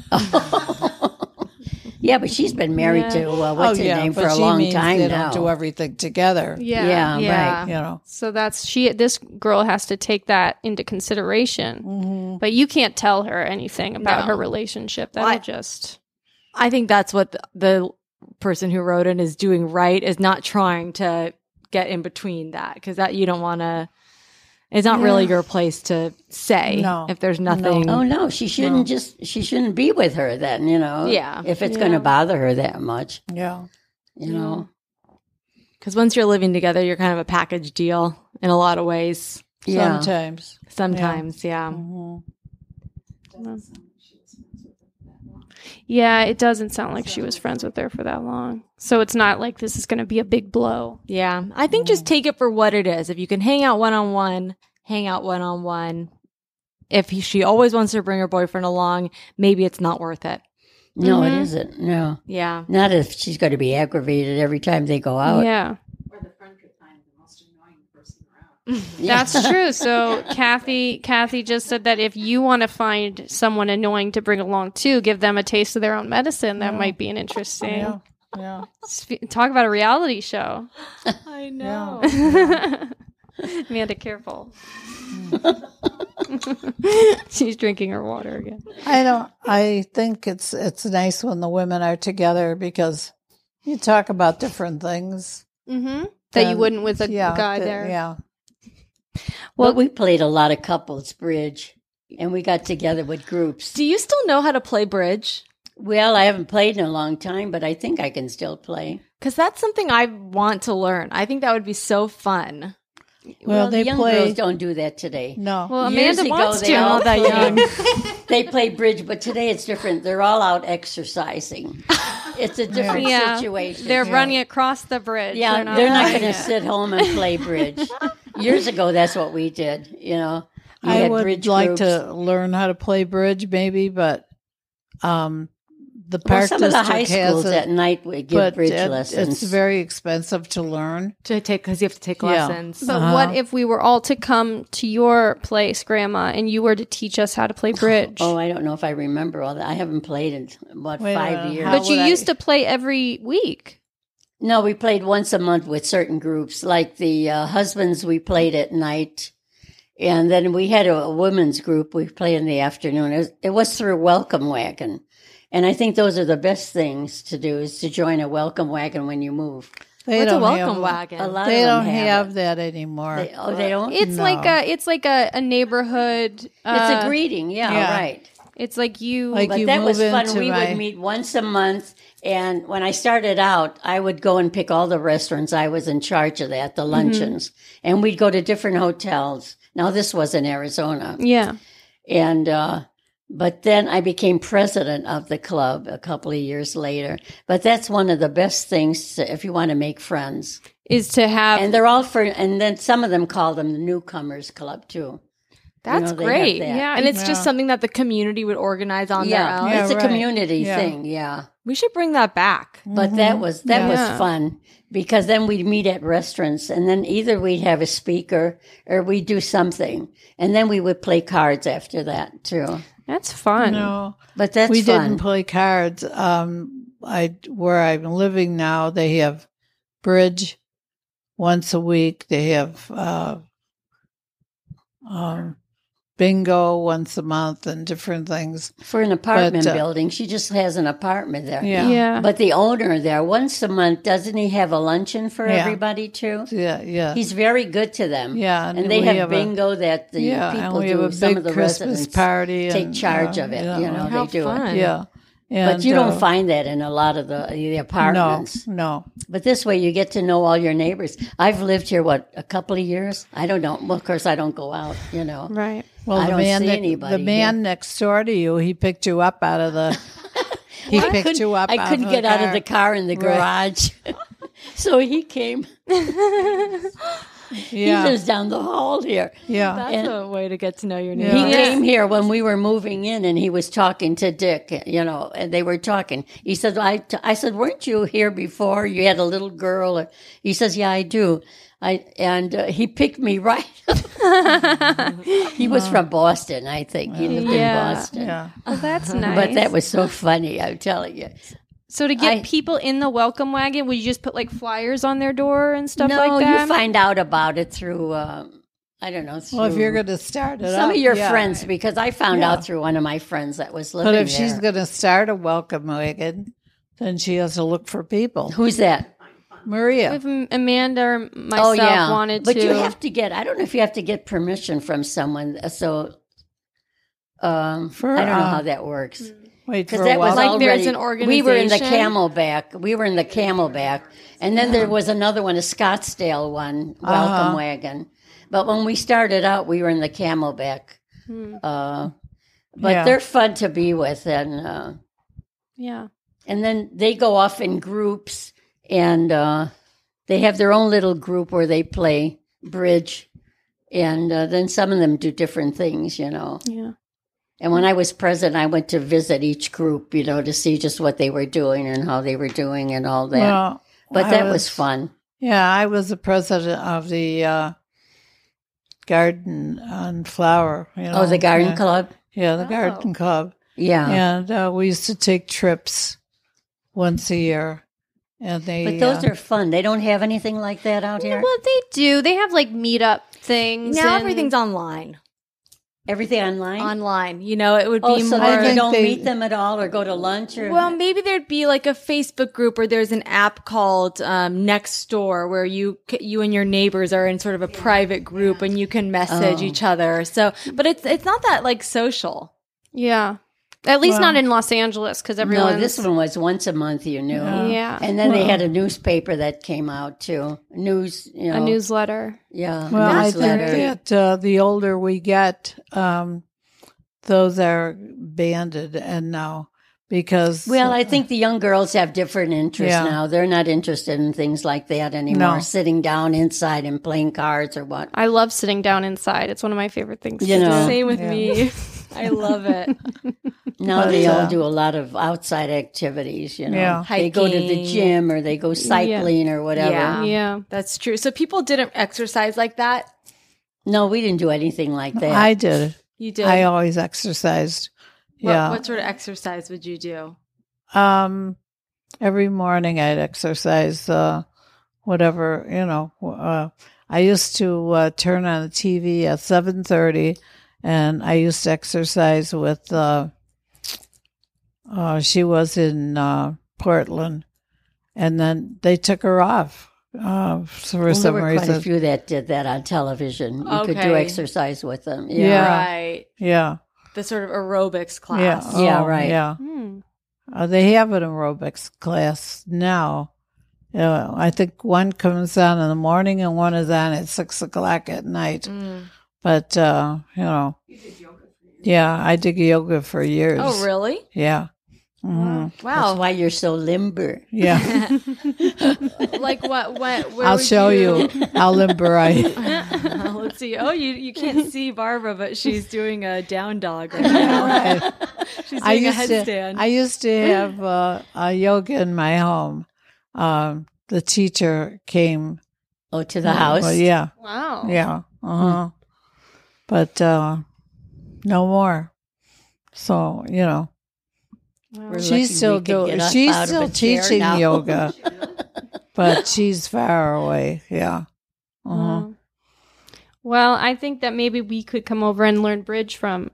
S4: Yeah, but she's been married to uh, what's her name for
S5: Oh, but
S4: a
S5: she
S4: long
S5: means
S4: time
S5: they
S4: now.
S5: Don't do everything together.
S3: Yeah,
S4: Yeah, Um, right,
S5: you know.
S3: So that's she. This girl has to take that into consideration.
S4: Mm-hmm.
S3: But you can't tell her anything about
S7: No.
S3: her relationship. That'll
S7: I-
S3: just
S7: I think that's what the, the person who wrote in is doing right is not trying to get in between that because that you don't want to. It's not really
S4: Yeah.
S7: your place to say
S4: No.
S7: if there's nothing.
S4: Oh no, she shouldn't just she shouldn't be with her then, you know.
S7: Yeah.
S4: If it's
S7: Yeah.
S4: going to bother her that much,
S5: Yeah.
S4: you know.
S7: Because once you're living together, you're kind of a package deal in a lot of ways.
S4: Yeah.
S5: Sometimes.
S7: Sometimes, yeah.
S4: Mm.
S3: Yeah, it doesn't sound like she was friends with her for that long. So it's not like this is going to be a big blow.
S7: Yeah. I think
S4: Mm.
S7: just take it for what it is. If you can hang out one on one, hang out one on one. If he, she always wants to bring her boyfriend along, maybe it's not worth it.
S4: No, it
S7: Mhm.
S4: isn't. No.
S7: Yeah.
S4: Not if she's going to be aggravated every time they go out.
S3: Yeah. That's true. So Kathy Kathy just said that if you want to find someone annoying to bring along too, give them a taste of their own medicine. That might be an interesting
S5: Yeah. Yeah.
S3: Sp- talk about a reality show.
S7: I know.
S3: Amanda, careful. She's drinking her water again.
S5: I don't. I think it's it's nice when the women are together because you talk about different things
S3: Mm-hmm. That you
S5: than-
S3: wouldn't with a
S5: yeah,
S3: guy
S5: that-
S3: there.
S5: Yeah.
S4: Well, we played a lot of couples bridge and we got together with groups.
S7: Do you still know how to play bridge?
S4: Well, I haven't played in a long time, but I think I can still play.
S7: Because that's something I want to learn. I think that would be so fun.
S5: Well, they
S4: young
S5: play-
S4: girls don't do that today.
S5: No.
S3: Well,
S4: Years
S3: Amanda
S4: ago,
S3: wants
S4: they
S3: to.
S4: all
S7: that young.
S4: They play bridge, but today it's different. They're all out exercising. It's a different
S3: Yeah.
S4: situation.
S3: They're running across the bridge.
S4: yeah, they're not
S3: doing
S4: going to
S3: it.
S4: sit home and play bridge. Years ago, that's what we did. You know, we
S5: I
S4: had
S5: would
S4: bridge
S5: like
S4: groups.
S5: to learn how to play bridge, maybe, but um, the
S4: Well,
S5: park
S4: some of the
S5: district
S4: high
S5: has
S4: schools
S5: it,
S4: at night would give
S5: but
S4: bridge
S5: it-
S4: lessons.
S5: It's very expensive to learn.
S7: To take because you have to take
S5: Yeah.
S7: lessons.
S4: Uh-huh.
S3: But
S5: Uh-huh.
S3: what if we were all to come to your place, Grandma, and you were to teach us how to play bridge?
S4: oh, I don't know if I remember all that. I haven't played in what
S5: Wait a
S4: five
S5: minute,
S4: years.
S5: how
S3: but you
S5: would I-
S3: used to play every week.
S4: No, we played once a month with certain groups, like the uh, husbands. We played at night, and then we had a, a women's group. We played in the afternoon. It was, it was through Welcome Wagon, and I think those are the best things to do is to join a Welcome Wagon when you move.
S5: They
S7: What's a
S5: don't
S7: welcome
S5: have,
S7: wagon?
S4: A lot
S5: They
S4: of
S5: don't
S4: them have.
S5: have, that anymore.
S4: it. They- oh, they don't.
S3: It's like a it's like a, a neighborhood. Uh,
S4: it's a greeting. Yeah,
S5: yeah.
S4: right.
S3: It's like you.
S5: Like
S4: But
S5: you
S4: that
S5: move
S4: was fun.
S5: into
S4: We
S5: my-
S4: would meet once a month. And when I started out, I would go and pick all the restaurants. I was in charge of that,
S5: Mm-hmm.
S4: the luncheons. And we'd go to different hotels. Now, this was in Arizona.
S3: yeah.
S4: And, uh, but then I became president of the club a couple of years later. But that's one of the best things to, if you want to make friends.
S3: Is to have
S4: And they're all for, and then some of them call them the Newcomers Club too.
S7: That's
S4: know, they have
S7: great.
S4: that.
S7: Yeah. And it's just
S5: Yeah.
S7: something that the community would organize on their
S4: Yeah.
S7: own.
S5: Yeah,
S4: It's a
S5: right.
S4: community
S5: Yeah.
S4: thing. Yeah.
S7: We should bring that back.
S4: But
S5: Mm-hmm.
S4: that was that
S3: Yeah.
S4: was fun because then we'd meet at restaurants and then either we'd have a speaker or we'd do something and then we would play cards after that too.
S3: that's fun.
S5: No,
S4: But that's
S5: we
S4: fun.
S5: didn't play cards. Um, I where I'm living now, they have bridge once a week. They have uh, um, bingo once a month and different things.
S4: For an apartment
S5: But, uh,
S4: building, she just has an apartment there.
S5: Yeah.
S3: Yeah.
S4: But the owner there once a month doesn't he have a luncheon for
S5: Yeah.
S4: everybody too?
S5: Yeah, yeah,
S4: He's very good to them.
S5: Yeah,
S4: and,
S5: and
S4: they
S5: we
S4: have,
S5: have a-
S4: bingo that the
S5: yeah.
S4: people
S5: and we
S4: do.
S5: have a
S4: some
S5: big
S4: of the
S5: Christmas
S4: residents
S5: party.
S4: take
S5: and,
S4: charge
S5: yeah,
S4: of it.
S5: yeah,
S4: You know,
S7: How
S4: they do
S7: fun.
S4: it.
S5: yeah.
S4: But
S5: And,
S4: you
S5: uh,
S4: don't find that in a lot of the, the apartments.
S5: no, no.
S4: But this way, you get to know all your neighbors. I've lived here what a couple of years. I don't know. Well, of course, I don't go out. You know,
S3: Right.
S5: Well,
S4: I
S5: Oh, the
S4: don't
S5: man
S4: see
S5: that-
S4: anybody
S5: the man
S4: here.
S5: next door to you, he picked you up out of the He
S4: I
S5: picked
S4: couldn't-
S5: you up.
S4: I
S5: out
S4: couldn't
S5: of
S4: get
S5: the
S4: out of the car in the
S5: Right.
S4: garage. so he came.
S2: Yeah.
S4: He lives down the hall here.
S5: Yeah.
S2: That's
S4: And-
S2: a way to get to know your
S4: He
S2: neighbor.
S5: Uh,
S4: came here when we were moving in, and he was talking to Dick. You know, and they were talking. He said, "I." T- I said, "Weren't you here before? You had a little girl." Or, he says, "Yeah, I do." I and uh, he picked me right. he was from Boston, I think. He lived
S3: Yeah.
S4: in Boston.
S5: Yeah.
S3: Oh, that's nice.
S4: But that was so funny. I'm telling you.
S3: so to get
S4: I-
S3: people in the welcome wagon, would you just put like flyers on their door and stuff
S4: no,
S3: like that?
S4: you find out about it through. Um, I don't know. Through
S5: Well, if you're going to start it,
S4: some
S5: up,
S4: of your
S5: yeah.
S4: friends, because I found
S5: Yeah.
S4: out through one of my friends that was living
S5: But if
S4: there.
S5: she's going to start a welcome wagon, then she has to look for people.
S4: Who's that?
S5: Maria.
S3: if M- Amanda or
S5: Oh,
S3: myself wanted
S4: Oh, but
S3: to,
S4: you have to get. I don't know if you have to get permission from someone. uh, So, um,
S5: For,
S4: I don't know
S5: uh,
S4: how that works.
S5: Wait for
S4: Because
S5: a
S4: that was
S5: while.
S3: Mm. Like there's
S4: already-
S3: an
S4: We were in the
S3: organization?
S4: Camelback. We were in the Camelback, and then there was another one, a Scottsdale one, welcome
S5: Uh-huh.
S4: wagon. But when we started out, we were in the Camelback.
S3: Hmm.
S4: Uh, but
S5: Yeah.
S4: they're fun to be with, and uh,
S3: yeah.
S4: and then they go off in groups, and uh, they have their own little group where they play bridge, and uh, then some of them do different things, you know.
S3: Yeah.
S4: And when I was president, I went to visit each group, you know, to see just what they were doing and how they were doing and all that.
S5: Well,
S4: but
S5: I
S4: that was, fun.
S5: Yeah, I was the president of the uh, garden on flower. You know,
S4: oh, the garden
S5: yeah.
S4: club.
S5: Yeah, the garden club.
S4: Oh. Yeah.
S5: And uh, we used to take trips once a year. And they,
S4: But those
S5: uh,
S4: are fun. They don't have anything like that out here.
S3: Well, they do. They have like meetup things.
S7: Now
S3: and-
S7: everything's online.
S4: Everything online.
S7: Online, you know, it would be
S4: oh, so
S7: more.
S4: they
S5: think
S4: don't
S5: they-
S4: meet them at all or go to lunch or.
S7: Well, maybe there'd be like a Facebook group, or there's an app called um, Next Door where you c- you and your neighbors are in sort of a private group and you can message
S4: Oh.
S7: each other. So, but it's it's not that like social.
S3: Yeah. At least not in Los Angeles because everyone.
S4: no, this one was once a month. You knew.
S3: Yeah.
S4: And then they had a newspaper that came out too. News, you know.
S3: a newsletter.
S4: Yeah.
S5: well, I think
S4: newsletter.
S5: that uh, the older we get, um, those are banded and now because.
S4: Well, I think the young girls have different interests
S5: Yeah.
S4: now. They're not interested in things like that anymore.
S5: No.
S4: Sitting down inside and playing cards or what.
S3: I love sitting down inside. It's one of my favorite things.
S4: You
S3: to
S4: know.
S3: do.
S7: Same with
S5: Yeah.
S7: me. I love it.
S4: Now
S5: But,
S4: they
S5: uh,
S4: all do a lot of outside activities, you know.
S5: Yeah.
S4: They go to the
S7: Hiking.
S4: gym or they go cycling or whatever.
S7: Yeah.
S3: Yeah.
S7: That's true. So people didn't exercise like that.
S4: No, we didn't do anything like that.
S5: I did it.
S7: You did.
S5: I always exercised. yeah.
S7: What, what sort of exercise would you do?
S5: Um, every morning I'd exercise, uh, whatever you know. Uh, I used to uh, turn on the TV at seven thirty, and I used to exercise with. Uh, uh, she was in uh, Portland, and then they took her off uh, for
S4: Well, there
S5: some
S4: were quite
S5: reason.
S4: a few that did that on television. You could do
S7: Okay.
S4: exercise with them. Yeah.
S5: Yeah.
S7: Right.
S5: yeah,
S7: The sort of aerobics
S5: yeah,
S7: class.
S4: Yeah, right.
S5: Oh, yeah.
S3: Hmm.
S5: Uh, they have an aerobics class now. Uh, I think one comes on in the morning and one is on at six o'clock at night.
S7: Mm.
S5: But uh, you know, yeah, I did yoga for years.
S7: Oh, really?
S5: Yeah, hmm
S4: That's
S7: Wow.
S4: Oh, why you're so limber.
S5: yeah.
S7: like what? What? Where
S5: I'll
S7: would
S5: show you how limber I.
S7: Let's see. Oh, you you can't see Barbara, but she's doing a down dog right now. She's doing
S5: I
S7: a
S5: used to.
S7: headstand.
S5: I used to have uh, a yoga in my home. Um, the teacher came.
S4: Oh, to the house.
S5: Well, yeah.
S3: Wow.
S5: Yeah. Uh-huh. But uh no more. So, you know,
S4: We're lucky
S5: she's
S4: we
S5: still
S4: could get
S5: doing
S4: up
S5: she's
S4: out of
S5: still
S4: a chair
S5: teaching
S4: now.
S5: yoga. but she's far away. Yeah. Uh-huh.
S3: Wow. Well, I think that maybe we could come over and learn bridge from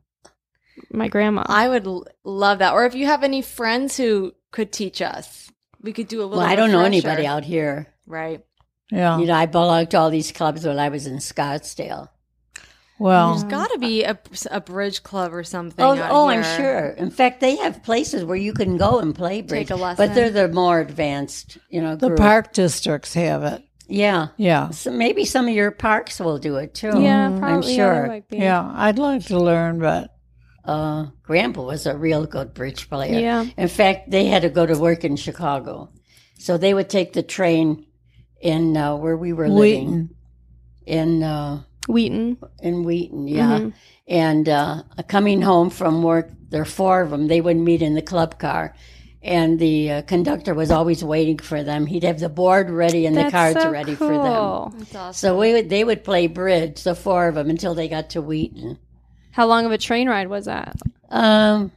S3: my grandma.
S7: I would l- love that. Or if you have any friends who could teach us, we could do a little.
S4: Well, I don't know
S7: refresher.
S4: anybody out here.
S7: Right.
S5: Yeah.
S4: You know, I belonged to all these clubs when I was in Scottsdale.
S5: well,
S7: There's got to be a, a bridge club or something.
S4: Oh,
S7: out
S4: oh I'm
S7: here.
S4: sure. In fact, they have places where you can go and play bridge.
S7: Take a lesson.
S4: But they're the more advanced, you know,
S5: the
S4: group.
S5: park districts have it.
S4: Yeah.
S5: Yeah.
S4: So maybe some of your parks will do it too.
S3: yeah,
S4: Mm-hmm. I'm
S3: probably. yeah,
S4: sure.
S3: that might be.
S5: Yeah, I'd like to learn, but
S4: uh, grandpa was a real good bridge player.
S3: Yeah.
S4: In fact, they had to go to work in Chicago, so they would take the train in uh, where we were living
S3: Wheaton.
S4: in uh,
S3: Wheaton.
S4: in Wheaton, yeah.
S3: Mhm.
S4: And uh, coming home from work, there were four of them. They would meet in the club car, and the uh, conductor was always waiting for them. He'd have the board ready and the
S3: That's
S4: cards
S3: so
S4: ready for
S3: cool.
S4: them.
S3: That's
S4: So we would they would play bridge, the four of them, until they got to Wheaton.
S3: How long of a train ride was that?
S4: Um,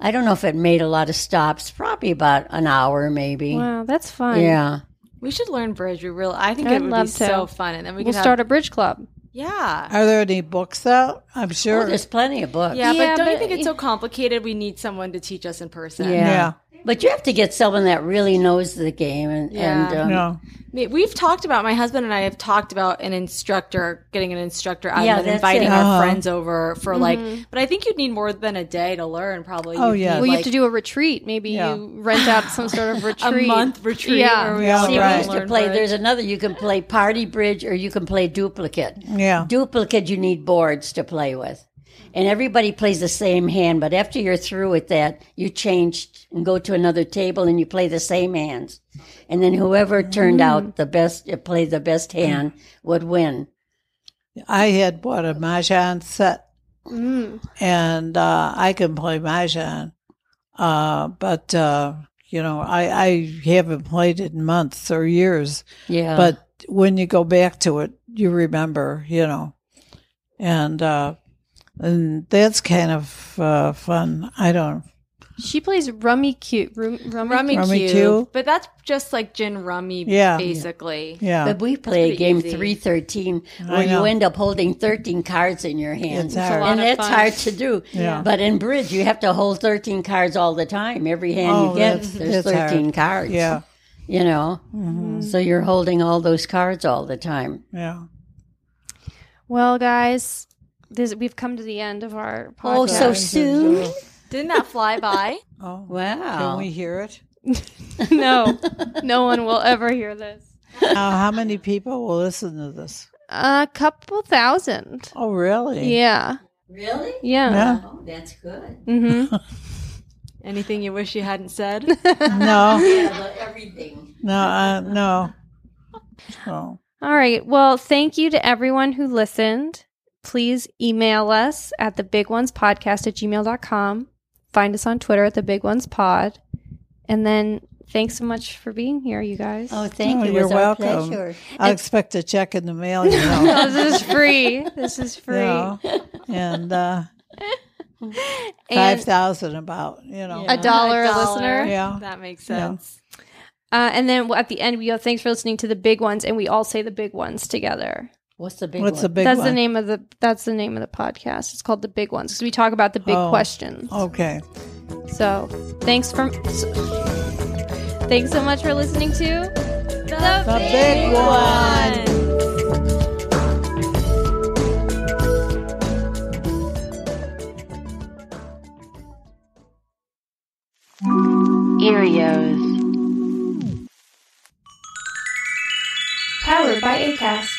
S4: I don't know if it made a lot of stops. Probably about an hour, maybe.
S3: Wow, that's fun.
S4: Yeah.
S7: We should learn bridge. We really, I think
S3: I'd
S7: it would
S3: love
S7: be
S3: to.
S7: so fun, and then we
S3: We'll
S7: could have-
S3: start a bridge club.
S7: Yeah.
S5: Are there any books out? I'm sure.
S4: Oh, there's plenty of books.
S7: Yeah,
S3: Yeah,
S7: but don't you
S3: but-
S7: think it's so complicated? We need someone to teach us in person.
S4: Yeah. But you have to get someone that really knows the game and
S7: Yeah.
S4: and um,
S5: No.
S7: Ma- We've talked about my husband and I have talked about an instructor getting an instructor out
S4: Yeah,
S7: and
S4: that's
S7: inviting
S4: it.
S7: our
S4: Uh-huh.
S7: friends over for
S3: Mhm.
S7: like. But I think you'd need more than a day to learn. Probably.
S5: Oh,
S7: You'd
S5: yeah.
S7: need,
S3: Well, you
S7: like,
S3: have to do a retreat. Maybe
S7: Yeah.
S3: you rent out some sort of retreat.
S7: month retreat
S3: Yeah.
S7: where we
S5: Yeah,
S4: See, we
S5: right.
S4: used to
S7: Learn
S4: play.
S7: bridge.
S4: There's another. You can play party bridge, or you can play duplicate.
S5: Yeah.
S4: Duplicate, you need boards to play with, and everybody plays the same hand. But after you're through with that, you change and go to another table, and you play the same hands. And then whoever turned
S7: Mm.
S4: out the best, played the best hand, would win.
S5: I had bought a mahjong set,
S4: Mm.
S5: and uh, I can play mahjong, uh, but uh, you know I, I haven't played it in months or years.
S4: Yeah.
S5: But when you go back to it, you remember, you know, and uh, and that's kind of uh, fun. I don't.
S3: She plays rummy cute. Rum, rummy,
S7: rummy,
S5: Rummy
S7: cube,
S5: cube.
S7: but that's just like gin rummy.
S5: Yeah.
S7: basically.
S5: Yeah.
S4: But we play
S7: pretty
S4: game
S7: easy.
S4: three thirteen,
S5: I
S4: where you
S5: know.
S4: end up holding thirteen cards in your hand,
S5: It's It's a hard. lot
S4: and
S3: of
S4: that's
S3: fun.
S4: hard to do.
S5: Yeah.
S4: But in bridge, you have to hold thirteen cards all the time. Every hand
S5: Oh,
S4: you get,
S5: that's-
S4: there's
S5: that's hard.
S4: thirteen cards.
S5: Yeah. Mm-hmm.
S4: you know, so you're holding all those cards all the time.
S5: Yeah.
S3: Well, guys, this, we've come to the end of our podcast.
S4: Oh, so soon!
S7: Didn't that fly by?
S5: Oh,
S4: Wow.
S5: can we hear it?
S3: no, no one will ever hear this.
S5: Now, how many people will listen to this?
S3: A couple thousand.
S5: Oh, really?
S3: Yeah.
S4: Really?
S3: Yeah.
S5: Yeah.
S4: Oh, that's good.
S3: Mm-hmm.
S7: Anything you wish you hadn't said?
S5: No,
S4: Yeah, but everything.
S5: no, uh, no. Oh.
S3: All right. Well, thank you to everyone who listened. Please email us at the big ones podcast at gmail.com. Find us on Twitter at the big ones pod. And then thanks so much for being here, you guys.
S4: Oh, thank
S5: Oh,
S4: you. It
S5: you're
S4: was our
S5: welcome.
S4: pleasure.
S5: I expect a check in the mail, you know.
S3: No, this is free. This is free.
S5: Yeah. And uh,
S3: And-
S5: five thousand about, you know.
S3: A dollar a listener.
S5: Yeah.
S7: That makes
S5: Yeah.
S7: sense.
S3: Uh, and then at the end, we go, thanks for listening to the big ones. And we all say the big ones together.
S4: What's the big
S5: What's
S4: one?
S5: the big
S3: that's
S5: one?
S3: the name of the that's the name of the podcast. It's called the big ones because we talk about the big
S5: Oh.
S3: questions.
S5: Okay.
S3: So thanks for so- thanks so much for listening to the,
S5: The big one.
S8: Erios.
S3: powered by Acast.